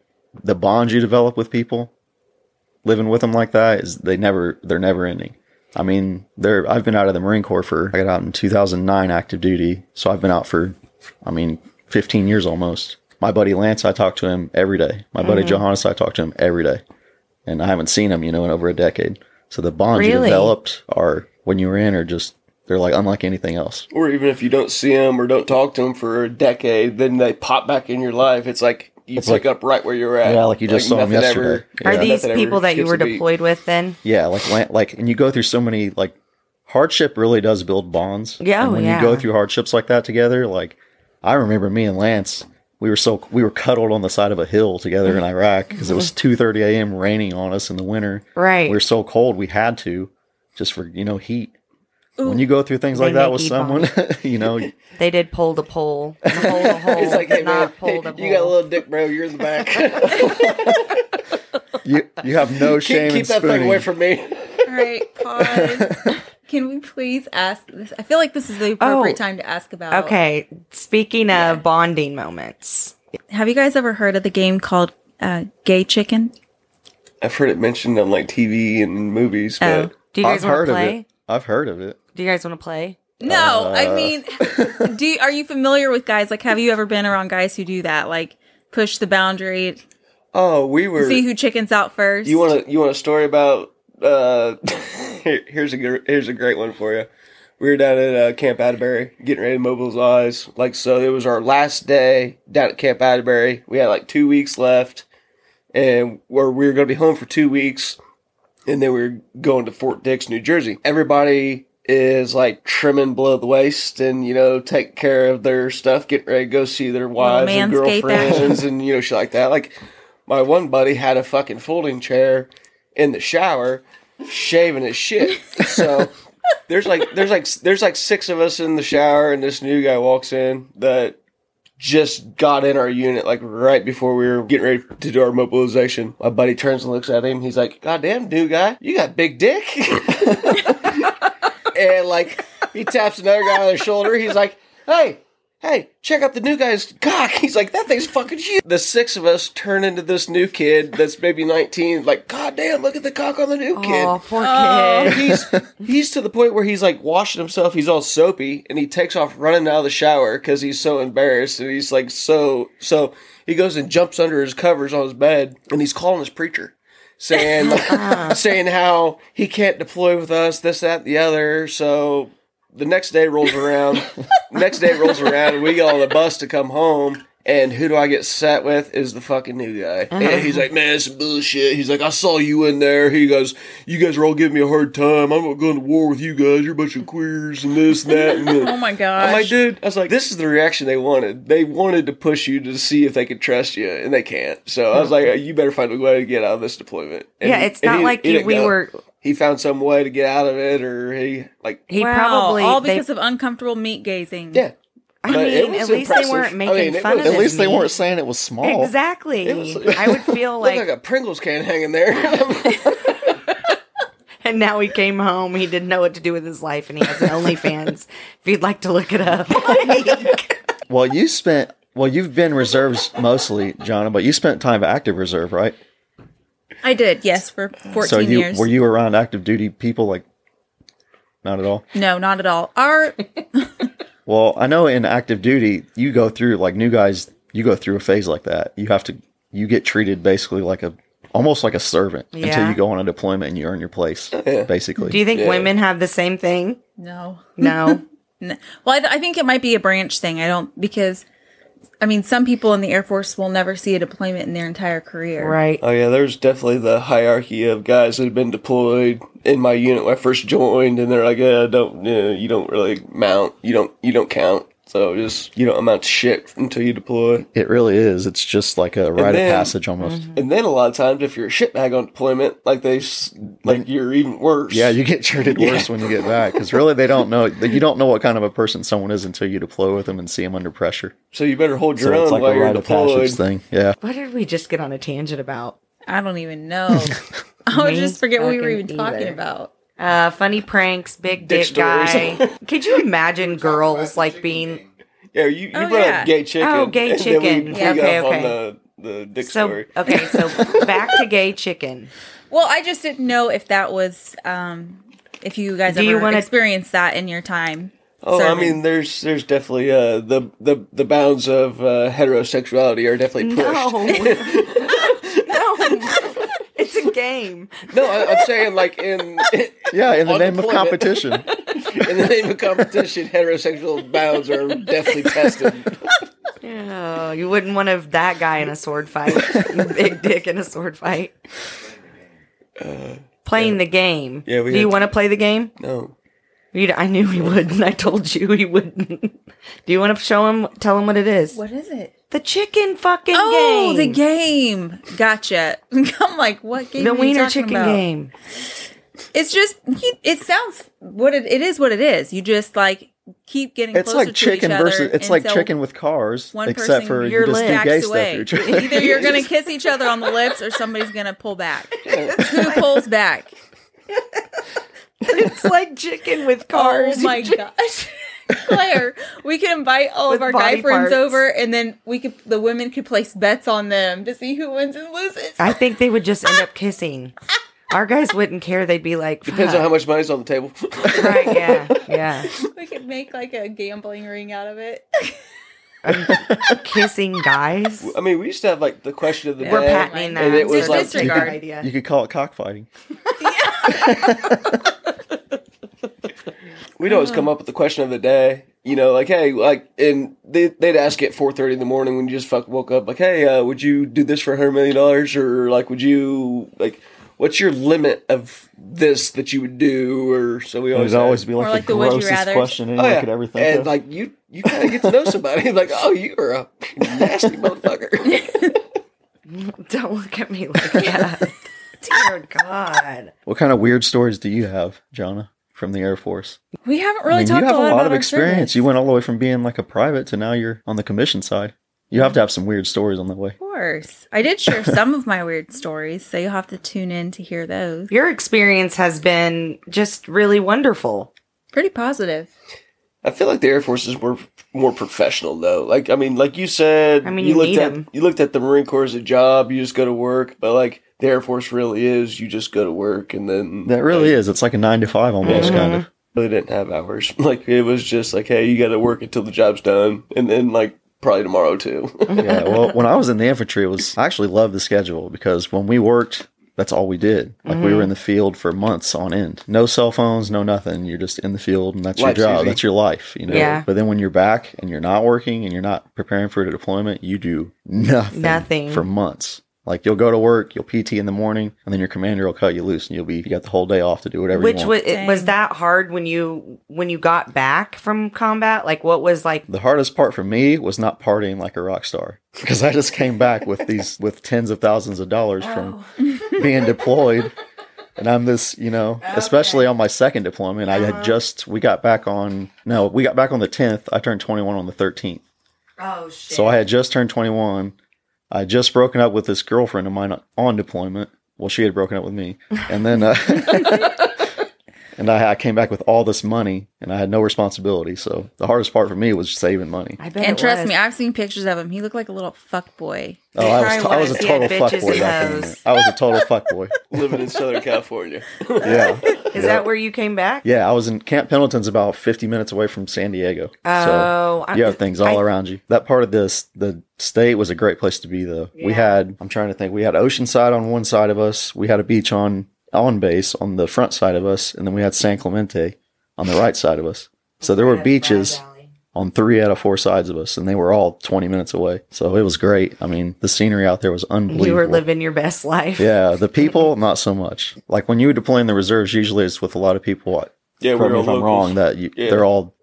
Speaker 4: the bonds you develop with people, living with them like that, is they never they're never ending. I mean, there I've been out of the Marine Corps for I got out in 2009 active duty, so I've been out for I mean 15 years almost. My buddy Lance, I talk to him every day. My buddy Johannes, I talk to him every day, and I haven't seen him, you know, in over a decade. So the bonds you
Speaker 1: Really?
Speaker 4: developed are when you were in are just they're like unlike anything else.
Speaker 3: or even if you don't see them or don't talk to them for a decade, then they pop back in your life. It's like you
Speaker 4: It's
Speaker 3: pick
Speaker 4: like-
Speaker 3: up right where you're at.
Speaker 4: Yeah, like you just saw 'em
Speaker 3: nothing
Speaker 4: yesterday.
Speaker 1: Are
Speaker 4: Yeah.
Speaker 1: these
Speaker 3: nothing ever
Speaker 1: people that you
Speaker 3: skips
Speaker 1: were
Speaker 3: a beat.
Speaker 1: deployed with then?
Speaker 4: Yeah, like land, like, and you go through so many like hardship really does build bonds.
Speaker 1: Yeah,
Speaker 4: and
Speaker 1: oh,
Speaker 4: when
Speaker 1: yeah.
Speaker 4: you go through hardships like that together, like I remember me and Lance, we were so we were cuddled on the side of a hill together in Iraq because it was two thirty a.m. raining on us in the winter.
Speaker 1: Right.
Speaker 4: We were so cold we had to just for you know heat. When you go through things
Speaker 1: They
Speaker 4: like that
Speaker 1: make
Speaker 4: with
Speaker 1: you
Speaker 4: someone, you know,
Speaker 1: They did pole to pole. and Hole to hole.
Speaker 3: It's like, hey, man,
Speaker 1: not pole to
Speaker 3: you got a
Speaker 1: pole.
Speaker 3: little dick, bro. You're in the back. keep
Speaker 4: you you have no shame. in
Speaker 3: keep that thing
Speaker 4: spooning.
Speaker 3: away from me.
Speaker 2: All right, pause. Can we please ask this? I feel like this is the appropriate
Speaker 1: Oh.
Speaker 2: time to ask about.
Speaker 1: Okay. Speaking of bonding moments.
Speaker 2: Have you guys ever heard of the game called uh, Gay Chicken?
Speaker 3: I've heard it mentioned on like TV and movies,
Speaker 2: Oh.
Speaker 3: but
Speaker 1: Do you guys
Speaker 4: I've
Speaker 1: want
Speaker 4: heard
Speaker 1: to
Speaker 4: of
Speaker 1: play?
Speaker 4: it. I've heard of it.
Speaker 1: Do you guys want to play?
Speaker 2: No, I mean, do you, are you familiar with guys? Like, have you ever been around guys who do that? Like, push the boundary,
Speaker 3: oh, we were.
Speaker 2: see who chickens out first.
Speaker 3: You want to you want a story about? Uh, here- here's a gr- here's a great one for you. We were down at uh, Camp Atterbury getting ready to mobilize. Like so, it was our last day down at Camp Atterbury. We had like two weeks left, and where we were going to be home for two weeks, and then we were going to Fort Dix, New Jersey. Everybody is like trimming below the waist, and you know, take care of their stuff, getting ready to go see their wives and
Speaker 2: manscape action.
Speaker 3: girlfriends, and you know, shit like that. Like my one buddy had a fucking folding chair in the shower shaving his shit. So there's like there's like there's like six of us in the shower and this new guy walks in that just got in our unit like right before we were getting ready to do our mobilization. My buddy turns and looks at him. He's like, "God damn, new guy, you got big dick." and like he taps another guy on the shoulder. He's like, "Hey, hey, check out the new guy's cock. He's like, that thing's fucking huge. The six of us turn into this new kid that's maybe 19. Like, God damn, look at the cock on the new
Speaker 1: Oh,
Speaker 3: kid.
Speaker 1: poor
Speaker 3: And
Speaker 1: kid.
Speaker 3: he's he's to the point where he's like washing himself. He's all soapy, and he takes off running out of the shower because he's so embarrassed, and he's like so so. He goes and jumps under his covers on his bed, and he's calling his preacher, saying saying how he can't deploy with us, this that the other. So the next day rolls around. next day rolls around, and we get on the bus to come home. And who do I get sat with is the fucking new guy.
Speaker 1: Mm-hmm.
Speaker 3: And he's like, man, it's bullshit. He's like, I saw you in there. He goes, you guys are all giving me a hard time. I'm not going to war with you guys. You're a bunch of queers and this and that. And
Speaker 2: Oh my
Speaker 3: I'm like,
Speaker 2: gosh!
Speaker 3: dude, I was like, this is the reaction they wanted. They wanted to push you to see if they could trust you, and they can't. So I was like, you better find a way to get out of this deployment. And
Speaker 1: Mm. Yeah,
Speaker 3: he-
Speaker 1: it's
Speaker 3: and
Speaker 1: not
Speaker 3: he-
Speaker 1: like
Speaker 3: he
Speaker 1: you-
Speaker 3: didn't
Speaker 1: we
Speaker 3: go.
Speaker 1: were.
Speaker 3: He found some way to get out of it, or he like
Speaker 1: He
Speaker 2: wow,
Speaker 1: probably.
Speaker 2: all
Speaker 1: they-
Speaker 2: because of uncomfortable meat gazing.
Speaker 3: yeah.
Speaker 1: I
Speaker 3: but
Speaker 1: mean,
Speaker 3: it was
Speaker 1: at least
Speaker 3: impressive.
Speaker 1: they weren't
Speaker 3: I
Speaker 1: making
Speaker 3: mean, it
Speaker 1: fun
Speaker 3: was-
Speaker 1: of
Speaker 4: At
Speaker 1: his
Speaker 4: least they
Speaker 1: meat.
Speaker 4: weren't saying it was small.
Speaker 1: Exactly.
Speaker 3: It was-
Speaker 1: I would feel
Speaker 3: Looked
Speaker 1: like,
Speaker 3: like a Pringles can hanging there.
Speaker 1: and now he came home. He didn't know what to do with his life, and he has an OnlyFans. if you'd like to look it up,
Speaker 4: Well, you spent well, you've been reserves mostly, John, but you spent time active reserve, right?
Speaker 2: I did. Yes, for fourteen
Speaker 4: So you
Speaker 2: years.
Speaker 4: were you around active duty people like not at all.
Speaker 2: no, not at all. Our
Speaker 4: Well, I know in active duty you go through like new guys, you go through a phase like that. You have to you get treated basically like a almost like a servant until
Speaker 1: Yeah.
Speaker 4: you go on a deployment and you earn your place,
Speaker 3: Yeah.
Speaker 4: basically.
Speaker 1: Do you think
Speaker 3: Yeah.
Speaker 1: women have the same thing?
Speaker 2: No.
Speaker 1: No.
Speaker 2: No. Well, I, th- I think it might be a branch thing. I don't because, I mean, some people in the Air Force will never see a deployment in their entire career.
Speaker 1: right.
Speaker 3: Oh yeah, there's definitely the hierarchy of guys that have been deployed in my unit when I first joined, and they're like, uh, "Don't you, know, you don't really mount, you don't you don't count, so just you don't amount to shit until you deploy."
Speaker 4: It really is. It's just like a rite
Speaker 3: then-
Speaker 4: of passage almost.
Speaker 2: Mm-hmm.
Speaker 3: And then a lot of times, if you're a shitbag on deployment, like they s- like you're even worse.
Speaker 4: Yeah, you get treated worse when you get back because really they don't know. You don't know what kind of a person someone is until you deploy with them and see them under pressure.
Speaker 3: so you better hold your
Speaker 4: So
Speaker 3: own
Speaker 4: it's like
Speaker 3: while
Speaker 4: a
Speaker 3: you're
Speaker 4: rite of
Speaker 3: deployed.
Speaker 4: passage thing. Yeah.
Speaker 1: What did we just get on a tangent about?
Speaker 2: I don't even know. I would
Speaker 1: Me
Speaker 2: just forget what we were
Speaker 1: fucking
Speaker 2: even talking
Speaker 1: either.
Speaker 2: about.
Speaker 1: Uh, funny pranks, big
Speaker 3: Dick
Speaker 1: dick guy.
Speaker 3: stories.
Speaker 1: Could you imagine girls like being
Speaker 3: Yeah, you, you
Speaker 2: Oh,
Speaker 3: brought
Speaker 2: yeah.
Speaker 3: up gay chicken.
Speaker 1: Oh, gay
Speaker 3: and then we-
Speaker 1: chicken.
Speaker 3: we
Speaker 1: Yeah,
Speaker 3: got
Speaker 1: okay,
Speaker 3: off
Speaker 1: okay.
Speaker 3: On the, the dick
Speaker 1: so?
Speaker 3: story.
Speaker 1: Okay, so back to gay chicken.
Speaker 2: Well, I just didn't know if that was um if you guys
Speaker 1: Do
Speaker 2: ever
Speaker 1: you wanna-
Speaker 2: experienced that in your time.
Speaker 3: Oh, I
Speaker 2: serving.
Speaker 3: mean, there's there's definitely uh, the the the bounds of uh, heterosexuality are definitely pushed.
Speaker 1: No, no, it's a game.
Speaker 3: No, I, I'm saying like in
Speaker 4: Yeah, in the
Speaker 3: On
Speaker 4: name of
Speaker 3: deployment.
Speaker 4: competition.
Speaker 3: in the name of competition, heterosexual bounds are definitely tested.
Speaker 1: Oh, you wouldn't want to have that guy in a sword fight. Big dick in a sword fight. Playing the game.
Speaker 3: Uh, yeah, we
Speaker 1: Do
Speaker 3: had
Speaker 1: you
Speaker 3: to-
Speaker 1: want to play the game?
Speaker 3: No,
Speaker 1: You, I knew he wouldn't. I told you he wouldn't. Do you want to show him? Tell him what it is.
Speaker 2: What is it?
Speaker 1: The chicken fucking
Speaker 2: Oh,
Speaker 1: game.
Speaker 2: the game. Gotcha. I'm like, what game?
Speaker 1: The
Speaker 2: are you
Speaker 1: wiener
Speaker 2: talking
Speaker 1: chicken
Speaker 2: about?
Speaker 1: game.
Speaker 2: It's just he- it sounds what it, it is. What it is. You just like keep getting.
Speaker 4: It's
Speaker 2: closer
Speaker 4: like
Speaker 2: to each
Speaker 4: chicken
Speaker 2: other
Speaker 4: versus. It's like
Speaker 2: until
Speaker 4: chicken with cars,
Speaker 2: one person
Speaker 4: except for
Speaker 1: your
Speaker 4: you just do
Speaker 1: lips.
Speaker 4: gay
Speaker 2: backs
Speaker 4: stuff. to
Speaker 2: away.
Speaker 4: each other.
Speaker 2: Either you're gonna kiss each other on the lips, or somebody's gonna pull back. Who pulls back?
Speaker 1: It's like chicken with cars.
Speaker 2: Oh my gosh. Claire, we could invite all
Speaker 1: With
Speaker 2: of our guy
Speaker 1: body
Speaker 2: friends
Speaker 1: parts.
Speaker 2: over, and then we could the women could place bets on them to see who wins and loses.
Speaker 1: I think they would just end up kissing. Our guys wouldn't care. They'd be like,
Speaker 3: depends on how
Speaker 1: "Fuck."
Speaker 3: much money's on the table.
Speaker 1: Right? Yeah, yeah.
Speaker 2: we could make like a gambling ring out of it.
Speaker 1: Kissing guys.
Speaker 3: I mean, we used to have like the question of the
Speaker 1: We're
Speaker 3: day,
Speaker 1: patenting that.
Speaker 3: and it was
Speaker 2: So
Speaker 3: like
Speaker 2: district- disregard.
Speaker 1: idea.
Speaker 4: You could call it cockfighting.
Speaker 3: we'd always come up with the question of the day. You know, like hey, like, and they, they'd ask at four thirty in the morning when you just fuck woke up, like, hey, uh, would you do this for a hundred million dollars, or like, would you like, what's your limit of this that you would do, or so we always
Speaker 4: It'd always
Speaker 3: had-
Speaker 4: be
Speaker 2: Or
Speaker 4: like,
Speaker 2: like
Speaker 4: the,
Speaker 2: the would you
Speaker 4: grossest
Speaker 2: rathers.
Speaker 4: question
Speaker 3: Oh,
Speaker 4: anyone
Speaker 3: yeah.
Speaker 4: could ever think
Speaker 3: and
Speaker 4: of.
Speaker 3: like you, you kind of get to know somebody. like, oh, you are a nasty motherfucker.
Speaker 1: Don't look at me like that. Dear God.
Speaker 4: what kind of weird stories do you have, Jonah, from the Air Force?
Speaker 2: We haven't really
Speaker 4: I mean,
Speaker 2: talked
Speaker 4: you have
Speaker 2: a lot, about
Speaker 4: of
Speaker 2: our
Speaker 4: experience.
Speaker 2: service.
Speaker 4: You went all the way from being like a private to now you're on the commission side. You
Speaker 2: Mm-hmm.
Speaker 4: have to have some weird stories on the way.
Speaker 2: Of course. I did share some of my weird stories, so you'll have to tune in to hear those.
Speaker 1: Your experience has been just really wonderful.
Speaker 2: Pretty positive.
Speaker 3: I feel like the Air Forces were more professional though. Like I mean, like you said,
Speaker 1: I mean, you
Speaker 3: looked
Speaker 1: need
Speaker 3: at
Speaker 1: 'em.
Speaker 3: you looked at the Marine Corps as a job. You just go to work, but like the Air Force really is, you just go to work, and then
Speaker 4: That really is. It's like a nine to five almost,
Speaker 2: Mm-hmm.
Speaker 4: kind of.
Speaker 3: really didn't have hours. Like it was just like, hey, you got to work until the job's done, and then like probably tomorrow too.
Speaker 4: yeah. Well, when I was in the infantry, it was I actually loved the schedule because when we worked, that's all we did. Like we were
Speaker 1: Mm-hmm.
Speaker 4: in the field for months on end. No cell phones, no nothing. You're just in the field, and that's
Speaker 3: Life's
Speaker 4: your job.
Speaker 3: easy.
Speaker 4: That's your life. You know.
Speaker 1: Yeah.
Speaker 4: But then when you're back and you're not working and you're not preparing for a deployment, you do nothing.
Speaker 1: Nothing.
Speaker 4: for months. Like you'll go to work, you'll PT in the morning, and then your commander will cut you loose, and you'll be you got the whole day off to do whatever
Speaker 1: Which
Speaker 4: you want.
Speaker 1: was it, was
Speaker 2: Dang.
Speaker 1: that hard when you when you got back from combat? Like what was like
Speaker 4: the hardest part for me was not partying like a rock star because I just came back with these with tens of thousands of dollars from being deployed. And I'm this, you know, especially on my second deployment. I had just, we got back on, no, we got back on the 10th. I turned 21 on the 13th.
Speaker 1: Oh shit.
Speaker 4: So I had just turned 21. I had just broken up with this girlfriend of mine on deployment. Well, she had broken up with me. And then, uh, and I, I came back with all this money, and I had no responsibility. So the hardest part for me was saving money.
Speaker 1: I bet.
Speaker 2: And
Speaker 1: it
Speaker 2: trust
Speaker 1: was.
Speaker 2: me, I've seen pictures of him. He looked like a little fuck boy.
Speaker 4: Oh, I was,
Speaker 1: probably
Speaker 4: t- I was a
Speaker 1: was. He
Speaker 4: total
Speaker 1: had bitches
Speaker 4: fuckboy
Speaker 1: and
Speaker 4: back then.
Speaker 1: hoes.
Speaker 4: I was a total fuckboy.
Speaker 3: living in Southern California.
Speaker 4: Yeah,
Speaker 1: Is that where you came back?
Speaker 4: yeah. I was in Camp Pendleton's about 50 minutes away from San Diego.
Speaker 1: Oh,
Speaker 4: so you have things all
Speaker 1: I-
Speaker 4: around you. That part of this, the state was a great place to be. Though we had, I'm trying to think, we had Oceanside on one side of us, we had a beach on on base on the front side of us, and then we had San Clemente on the right side of us. So there were beaches on three out of four sides of us, and they were all 20 minutes away. So it was great. I mean, the scenery out there was unbelievable.
Speaker 1: You were living your best life.
Speaker 4: Yeah, the people, not so much. Like when you deploy in the reserves, usually it's with a lot of people. What?
Speaker 3: Yeah,
Speaker 4: correct
Speaker 3: we're
Speaker 4: me
Speaker 3: all
Speaker 4: if I'm
Speaker 3: locals.
Speaker 4: wrong. That you,
Speaker 3: Yeah.
Speaker 4: they're all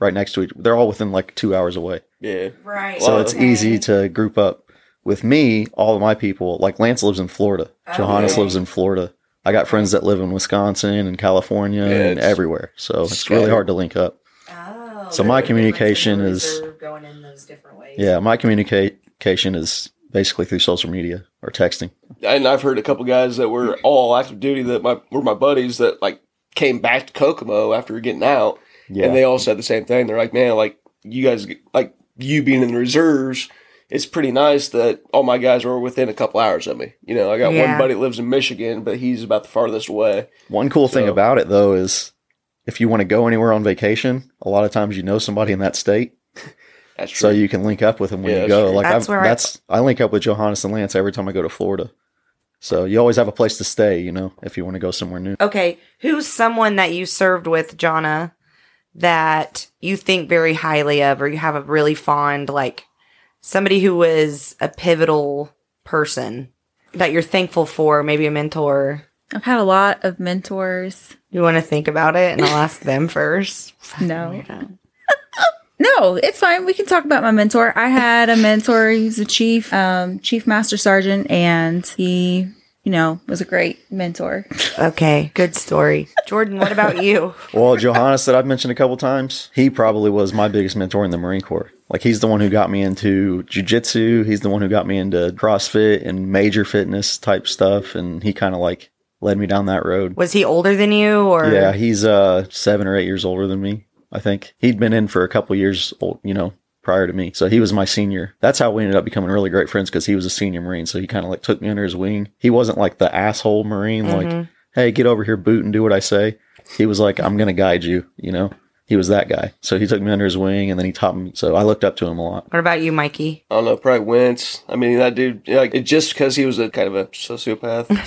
Speaker 4: right next to each. They're all within like two hours away,
Speaker 3: Yeah,
Speaker 1: Right.
Speaker 4: so
Speaker 3: Wow.
Speaker 4: it's easy to group up. With me, all of my people, like Lance lives in Florida, Johannes
Speaker 3: Okay.
Speaker 4: lives in Florida. I got friends that live in Wisconsin and California
Speaker 3: Yeah,
Speaker 4: and
Speaker 3: it's
Speaker 4: everywhere. So it's really
Speaker 3: scattered.
Speaker 4: hard to link up.
Speaker 1: Oh,
Speaker 4: So my communication is-
Speaker 1: going in those different ways.
Speaker 4: Yeah, my communication is basically through social media or texting.
Speaker 3: and I've heard a couple guys that were all active duty that my were my buddies that like came back to Kokomo after getting out,
Speaker 4: Yeah.
Speaker 3: and they all said the same thing. They're like, man, like you guys, like you being in the reserves. It's pretty nice that all my guys were within a couple hours of me. You know, I got
Speaker 1: Yeah.
Speaker 3: one buddy that lives in Michigan, but he's about the farthest away.
Speaker 4: One cool thing
Speaker 3: So-
Speaker 4: about it though is if you want to go anywhere on vacation, a lot of times you know somebody in that state,
Speaker 3: That's true.
Speaker 4: so you can link up with them when
Speaker 3: Yeah,
Speaker 4: you
Speaker 3: that's
Speaker 4: go.
Speaker 3: true.
Speaker 4: Like
Speaker 1: That's
Speaker 4: I've,
Speaker 1: where I-
Speaker 4: that's I link up with Johannes and Lance every time I go to Florida. So you always have a place to stay, you know, if you want to go somewhere new.
Speaker 1: Okay. Who's someone that you served with, Jonna, that you think very highly of, or you have a really fond, like somebody who was a pivotal person that you're thankful for, maybe a mentor?
Speaker 2: I've had a lot of mentors.
Speaker 1: You want to think about it, and I'll ask them first.
Speaker 2: No. No, it's fine. We can talk about my mentor. I had a mentor. He was a chief, um, chief master sergeant, and he, you know, was a great mentor.
Speaker 1: Okay, good story, Jordan. What about you?
Speaker 4: Well, Johannes that I've mentioned a couple times, he probably was my biggest mentor in the Marine Corps. Like he's the one who got me into jujitsu. He's the one who got me into CrossFit and major fitness type stuff, and he kind of like led me down that road.
Speaker 1: Was he older than you, or
Speaker 4: Yeah, he's uh seven or eight years older than me. I think he'd been in for a couple years old, you know, prior to me. So he was my senior. That's how we ended up becoming really great friends because he was a senior Marine. So he kind of like took me under his wing. He wasn't like the asshole Marine, like, hey, get over here, boot, and do what I say. He was like, I'm gonna guide you, you know. He was that guy. So he took me under his wing and then he taught me. So I looked up to him a lot.
Speaker 1: What about you, Mikey?
Speaker 3: I don't know, probably Wentz. I mean, that dude, like, it just because he was a kind of a sociopath,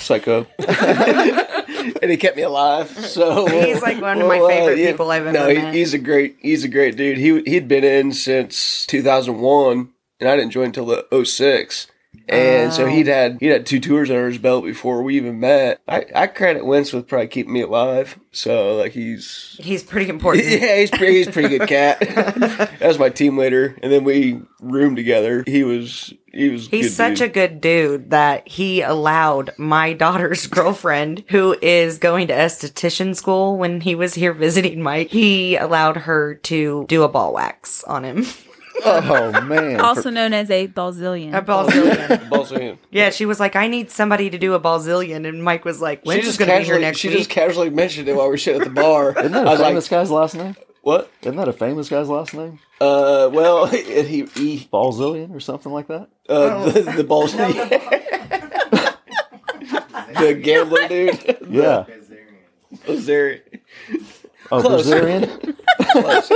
Speaker 3: psycho, and he kept me alive. So uh,
Speaker 1: He's, like, one of my favorite people I've ever
Speaker 3: no, he-
Speaker 1: met.
Speaker 3: he's a great, he's a great dude. He he'd been in since 2001, and I didn't join until the 06. And so
Speaker 1: Oh.
Speaker 3: he'd had he'd had two tours under his belt before we even met. I, I credit Wentz with probably keeping me alive. So like he's
Speaker 1: He's pretty important.
Speaker 3: yeah, he's pretty, he's a pretty good cat. that was my team leader, and then we roomed together. He was he was
Speaker 1: He's such a good dude that he allowed my daughter's girlfriend, who is going to esthetician school when he was here visiting Mike, he allowed her to do a ball wax on him.
Speaker 4: Oh man.
Speaker 2: Also known as a Balzillion.
Speaker 1: A balzillion.
Speaker 3: a balls in.
Speaker 1: yeah, she was like, I need somebody to do a balzillion. And Mike was like,
Speaker 3: She
Speaker 1: When's just
Speaker 3: just
Speaker 1: going to be here
Speaker 3: casually
Speaker 1: next
Speaker 3: she
Speaker 1: week?
Speaker 3: just casually mentioned it while we were sitting at the bar.
Speaker 4: Isn't that
Speaker 3: I
Speaker 4: a
Speaker 3: was
Speaker 4: famous
Speaker 3: like,
Speaker 4: guy's last name?
Speaker 3: "What?
Speaker 4: Isn't that a famous guy's last name?
Speaker 3: Uh, well, and he, he
Speaker 4: Balzillion or something like that?
Speaker 3: uh,
Speaker 1: Oh.
Speaker 3: the, the balls in. the gambler dude
Speaker 4: Yeah.
Speaker 3: was there.
Speaker 4: Oh,
Speaker 3: Close.
Speaker 4: Brazilian?
Speaker 3: Close.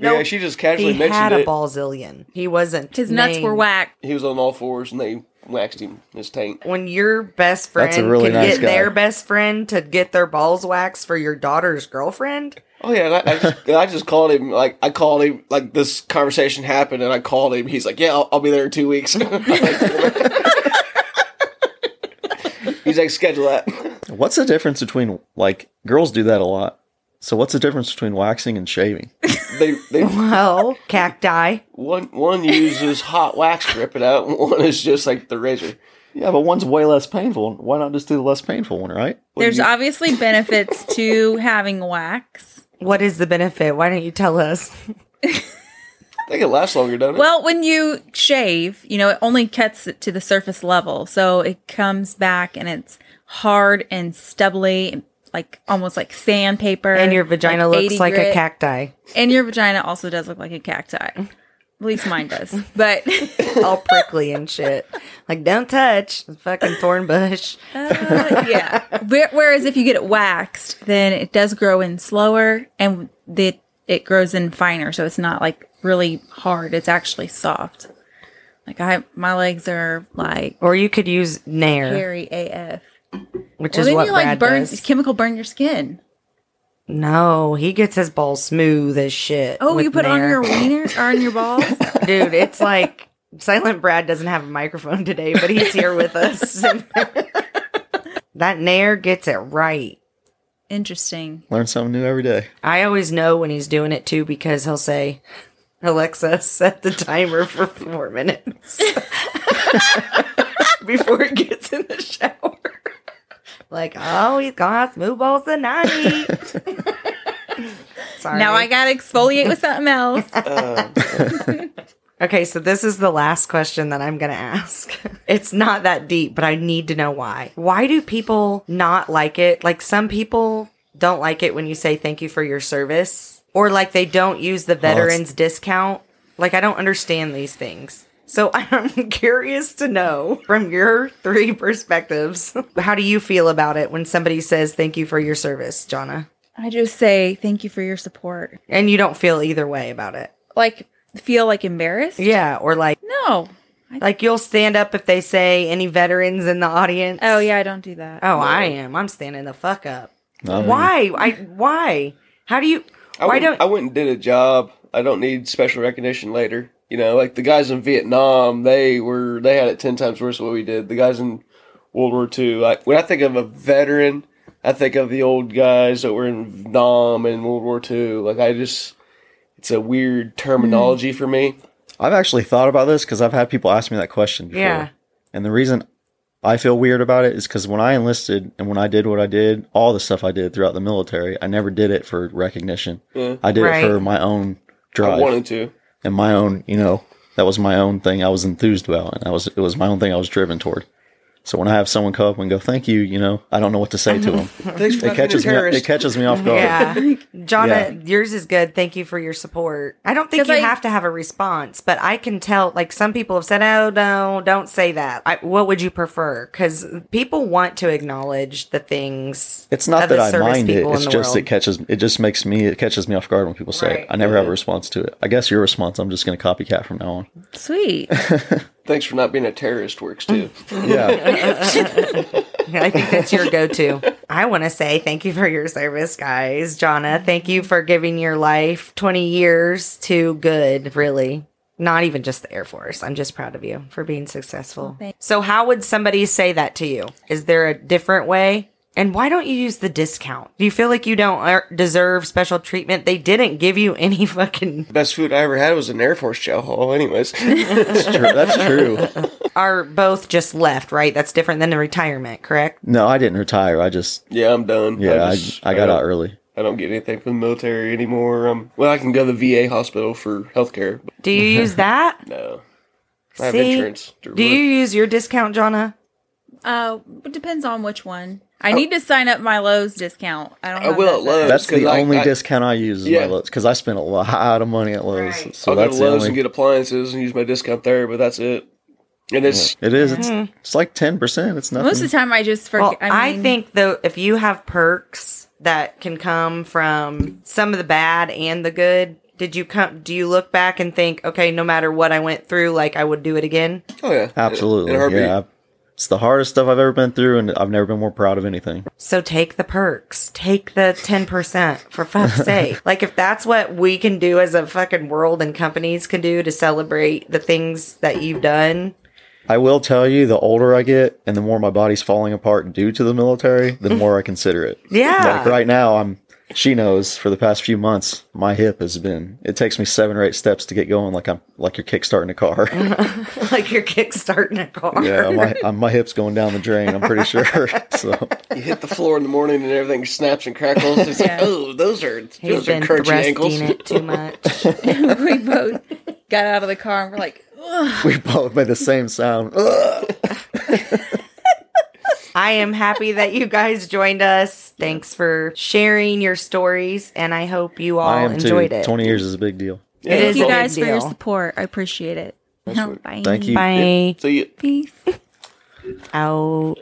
Speaker 3: yeah, she just casually
Speaker 1: he
Speaker 3: mentioned
Speaker 1: had a
Speaker 3: it.
Speaker 1: balzillion. He wasn't.
Speaker 2: His nuts were
Speaker 1: named.
Speaker 2: whacked.
Speaker 3: He was on all fours, and they waxed him his tank.
Speaker 1: When your best friend
Speaker 4: That's a really
Speaker 1: can
Speaker 4: nice
Speaker 1: get
Speaker 4: guy.
Speaker 1: their best friend to get their balls waxed for your daughter's girlfriend,
Speaker 3: Oh yeah, and I, I, just, and I just called him. Like I called him. Like this conversation happened, and I called him. He's like, "Yeah, I'll, I'll be there in two weeks." He's like, "Schedule that."
Speaker 4: What's the difference between like girls do that a lot? So what's the difference between waxing and shaving?
Speaker 3: They they
Speaker 1: well, cacti.
Speaker 3: one one uses hot wax to rip it out, and one is just like the razor.
Speaker 4: Yeah, but one's way less painful. Why not just do the less painful one, right?
Speaker 2: There's obviously benefits to having wax.
Speaker 1: What is the benefit? Why don't you tell us?
Speaker 3: I think it lasts longer, doesn't it?
Speaker 2: Well, when you shave, you know, it only cuts it to the surface level. So it comes back and it's hard and stubbly. like almost like sandpaper.
Speaker 1: And your vagina
Speaker 2: like 80
Speaker 1: looks like a
Speaker 2: grit.
Speaker 1: cacti.
Speaker 2: And your vagina also does look like a cacti. At least mine does. But
Speaker 1: all prickly and shit. Like, don't touch the fucking thorn bush.
Speaker 2: Uh, yeah. Where- Whereas if you get it waxed, then it does grow in slower and it it grows in finer, so it's not like really hard. It's actually soft. Like I, my legs are like
Speaker 1: Or you could use Nair,
Speaker 2: hairy AF.
Speaker 1: which
Speaker 2: Well,
Speaker 1: is
Speaker 2: then
Speaker 1: what
Speaker 2: you
Speaker 1: Brad
Speaker 2: like burn
Speaker 1: does.
Speaker 2: chemical burn your skin.
Speaker 1: No, he gets his balls smooth as shit.
Speaker 2: Oh,
Speaker 1: with
Speaker 2: you put on
Speaker 1: Nair.
Speaker 2: your wiener or on your balls?
Speaker 1: dude. It's like Silent Brad doesn't have a microphone today, but he's here with us. that Nair gets it right.
Speaker 2: Interesting.
Speaker 4: Learn something new every day.
Speaker 1: I always know when he's doing it too because he'll say, Alexa, set the timer for four minutes before it gets in the shower. Like, oh, he's gonna have smooth balls tonight. Sorry.
Speaker 2: Now I gotta exfoliate with something else.
Speaker 1: Okay, so this is the last question that I'm going to ask. It's not that deep, but I need to know why. Why do people not like it? Like some people don't like it when you say thank you for your service or like they don't use the veterans discount. Like I don't understand these things. So I'm curious to know from your three perspectives, how do you feel about it when somebody says thank you for your service, Jonna?
Speaker 2: I just say thank you for your support.
Speaker 1: And you don't feel either way about it.
Speaker 2: Like feel like embarrassed?
Speaker 1: Yeah, or like
Speaker 2: No.
Speaker 1: Like you'll stand up if they say any veterans in the audience.
Speaker 2: Oh yeah, I don't do that.
Speaker 1: Oh, I am. I'm standing the fuck up.
Speaker 4: No,
Speaker 1: Why? I why? How do you?
Speaker 3: I
Speaker 1: Why
Speaker 3: went,
Speaker 1: don't?
Speaker 3: I went and did a job. I don't need special recognition later. You know, like the guys in Vietnam, they were they had it ten times worse than what we did. The guys in World War II. Like when I think of a veteran, I think of the old guys that were in Vietnam and World War II. Like I just, it's a weird terminology for me.
Speaker 4: I've actually thought about this because I've had people ask me that question before.
Speaker 1: Yeah.
Speaker 4: And the reason I feel weird about it is because when I enlisted and when I did what I did, all the stuff I did throughout the military, I never did it for recognition.
Speaker 3: Yeah.
Speaker 4: I did
Speaker 1: Right.
Speaker 4: it for my
Speaker 3: I
Speaker 4: own drive
Speaker 3: wanted to.
Speaker 4: and my own, you know, that was my own thing I was enthused about. And I was, it was my own thing I was driven toward. So when I have someone come up and go, thank you, you know, I don't know what to say to them.
Speaker 3: Thanks for
Speaker 4: it catches me, it catches me off guard.
Speaker 1: Yeah, Jonna,
Speaker 4: Yeah.
Speaker 1: yours is good. Thank you for your support. I don't think
Speaker 2: 'Cause
Speaker 1: you
Speaker 2: I-
Speaker 1: have to have a response, but I can tell. Like some people have said, "Oh no, don't say that." I, what would you prefer? Because people want to acknowledge the things.
Speaker 4: It's not
Speaker 1: of the
Speaker 4: that I
Speaker 1: service
Speaker 4: mind it.
Speaker 1: people in
Speaker 4: It's
Speaker 1: the
Speaker 4: just
Speaker 1: world.
Speaker 4: it catches. It just makes me. It catches me off guard when people say
Speaker 1: Right.
Speaker 4: it. I never have a response to it. I guess your response. I'm just going to copycat from now on.
Speaker 2: Sweet.
Speaker 3: Thanks for not being a terrorist. Works too.
Speaker 4: Yeah,
Speaker 1: I think that's your go to. I want to say thank you for your service, guys. Jonna, thank you for giving your life 20 years to good, really. Not even just the Air Force. I'm just proud of you for being successful.
Speaker 2: thank-
Speaker 1: so, how would somebody say that to you? Is there a different way? And why don't you use the discount? Do you feel like you don't er- deserve special treatment? They didn't give you any fucking
Speaker 3: Best food I ever had was an Air Force chow hall. Anyways,
Speaker 4: that's true. That's true.
Speaker 1: are both just left, right? That's different than the retirement, correct?
Speaker 4: No, I didn't retire. I just
Speaker 3: yeah, I'm done.
Speaker 4: yeah, I,
Speaker 3: just- uh,
Speaker 4: I, got
Speaker 3: don't-
Speaker 4: out early.
Speaker 3: I don't get anything from the military anymore. Um, well, I can go to the VA hospital for healthcare, but
Speaker 1: Do you use that?
Speaker 3: no, I have
Speaker 1: See?
Speaker 3: insurance.
Speaker 1: Do you use your discount, Jonna?
Speaker 2: Uh, it depends on which one.
Speaker 1: Oh.
Speaker 2: I need to sign up my Lowe's discount. I don't.
Speaker 3: I
Speaker 2: have that
Speaker 3: will at
Speaker 2: set
Speaker 3: Lowe's.
Speaker 2: up.
Speaker 4: That's
Speaker 3: 'cause
Speaker 4: the
Speaker 3: I-
Speaker 4: only
Speaker 3: I-
Speaker 4: discount I use is
Speaker 3: Yeah.
Speaker 4: my Lowe's because I spent a lot of money at Lowe's.
Speaker 1: Right.
Speaker 4: So
Speaker 3: I'll go to
Speaker 4: that's the
Speaker 3: Lowe's
Speaker 4: only.
Speaker 3: and get appliances and use my discount there, but that's it. And it's
Speaker 4: it is.
Speaker 1: Mm-hmm.
Speaker 4: It's, it's like ten percent. It's nothing.
Speaker 2: Most of the time, I just forget.
Speaker 1: Well, I,
Speaker 2: I, mean,
Speaker 1: think though, if you have perks that can come from some of the bad and the good, did you come? Do you look back and think, okay, no matter what I went through, like I would do it again?
Speaker 3: oh yeah,
Speaker 4: Absolutely.
Speaker 3: In a heartbeat.
Speaker 4: yeah. It's the hardest stuff I've ever been through, and I've never been more proud of anything.
Speaker 1: So take the perks, take the ten percent for fuck's sake. Like if that's what we can do as a fucking world and companies can do to celebrate the things that you've done,
Speaker 4: I will tell you, the older I get and the more my body's falling apart due to the military, the more I consider it.
Speaker 1: yeah.
Speaker 4: Like right now, I'm. She knows for the past few months, my hip has been. It takes me seven or eight steps to get going, like I'm like you're kickstarting a car.
Speaker 1: like you're kickstarting a car.
Speaker 4: yeah, my uh, my hip's going down the drain. I'm pretty sure. So
Speaker 3: You hit the floor in the morning and everything snaps and crackles. It's
Speaker 2: Yeah.
Speaker 3: like, oh, those are
Speaker 1: He's
Speaker 3: those are
Speaker 1: been
Speaker 3: crunchy
Speaker 1: thrusting
Speaker 3: ankles.
Speaker 1: it too much.
Speaker 2: we both got out of the car and we're like,
Speaker 4: we both made the same sound.
Speaker 1: I am happy that you guys joined us. Thanks for sharing your stories, and I hope you all
Speaker 4: I am
Speaker 1: enjoyed
Speaker 4: too.
Speaker 1: it.
Speaker 4: 20 years is a big deal.
Speaker 3: Yeah,
Speaker 1: It
Speaker 2: Thank
Speaker 1: is
Speaker 2: you
Speaker 1: a big
Speaker 2: guys for your
Speaker 1: deal.
Speaker 2: support. I appreciate it.
Speaker 3: That's what-
Speaker 2: Bye.
Speaker 4: Thank you.
Speaker 1: Bye.
Speaker 3: So you
Speaker 2: Peace.
Speaker 1: Out.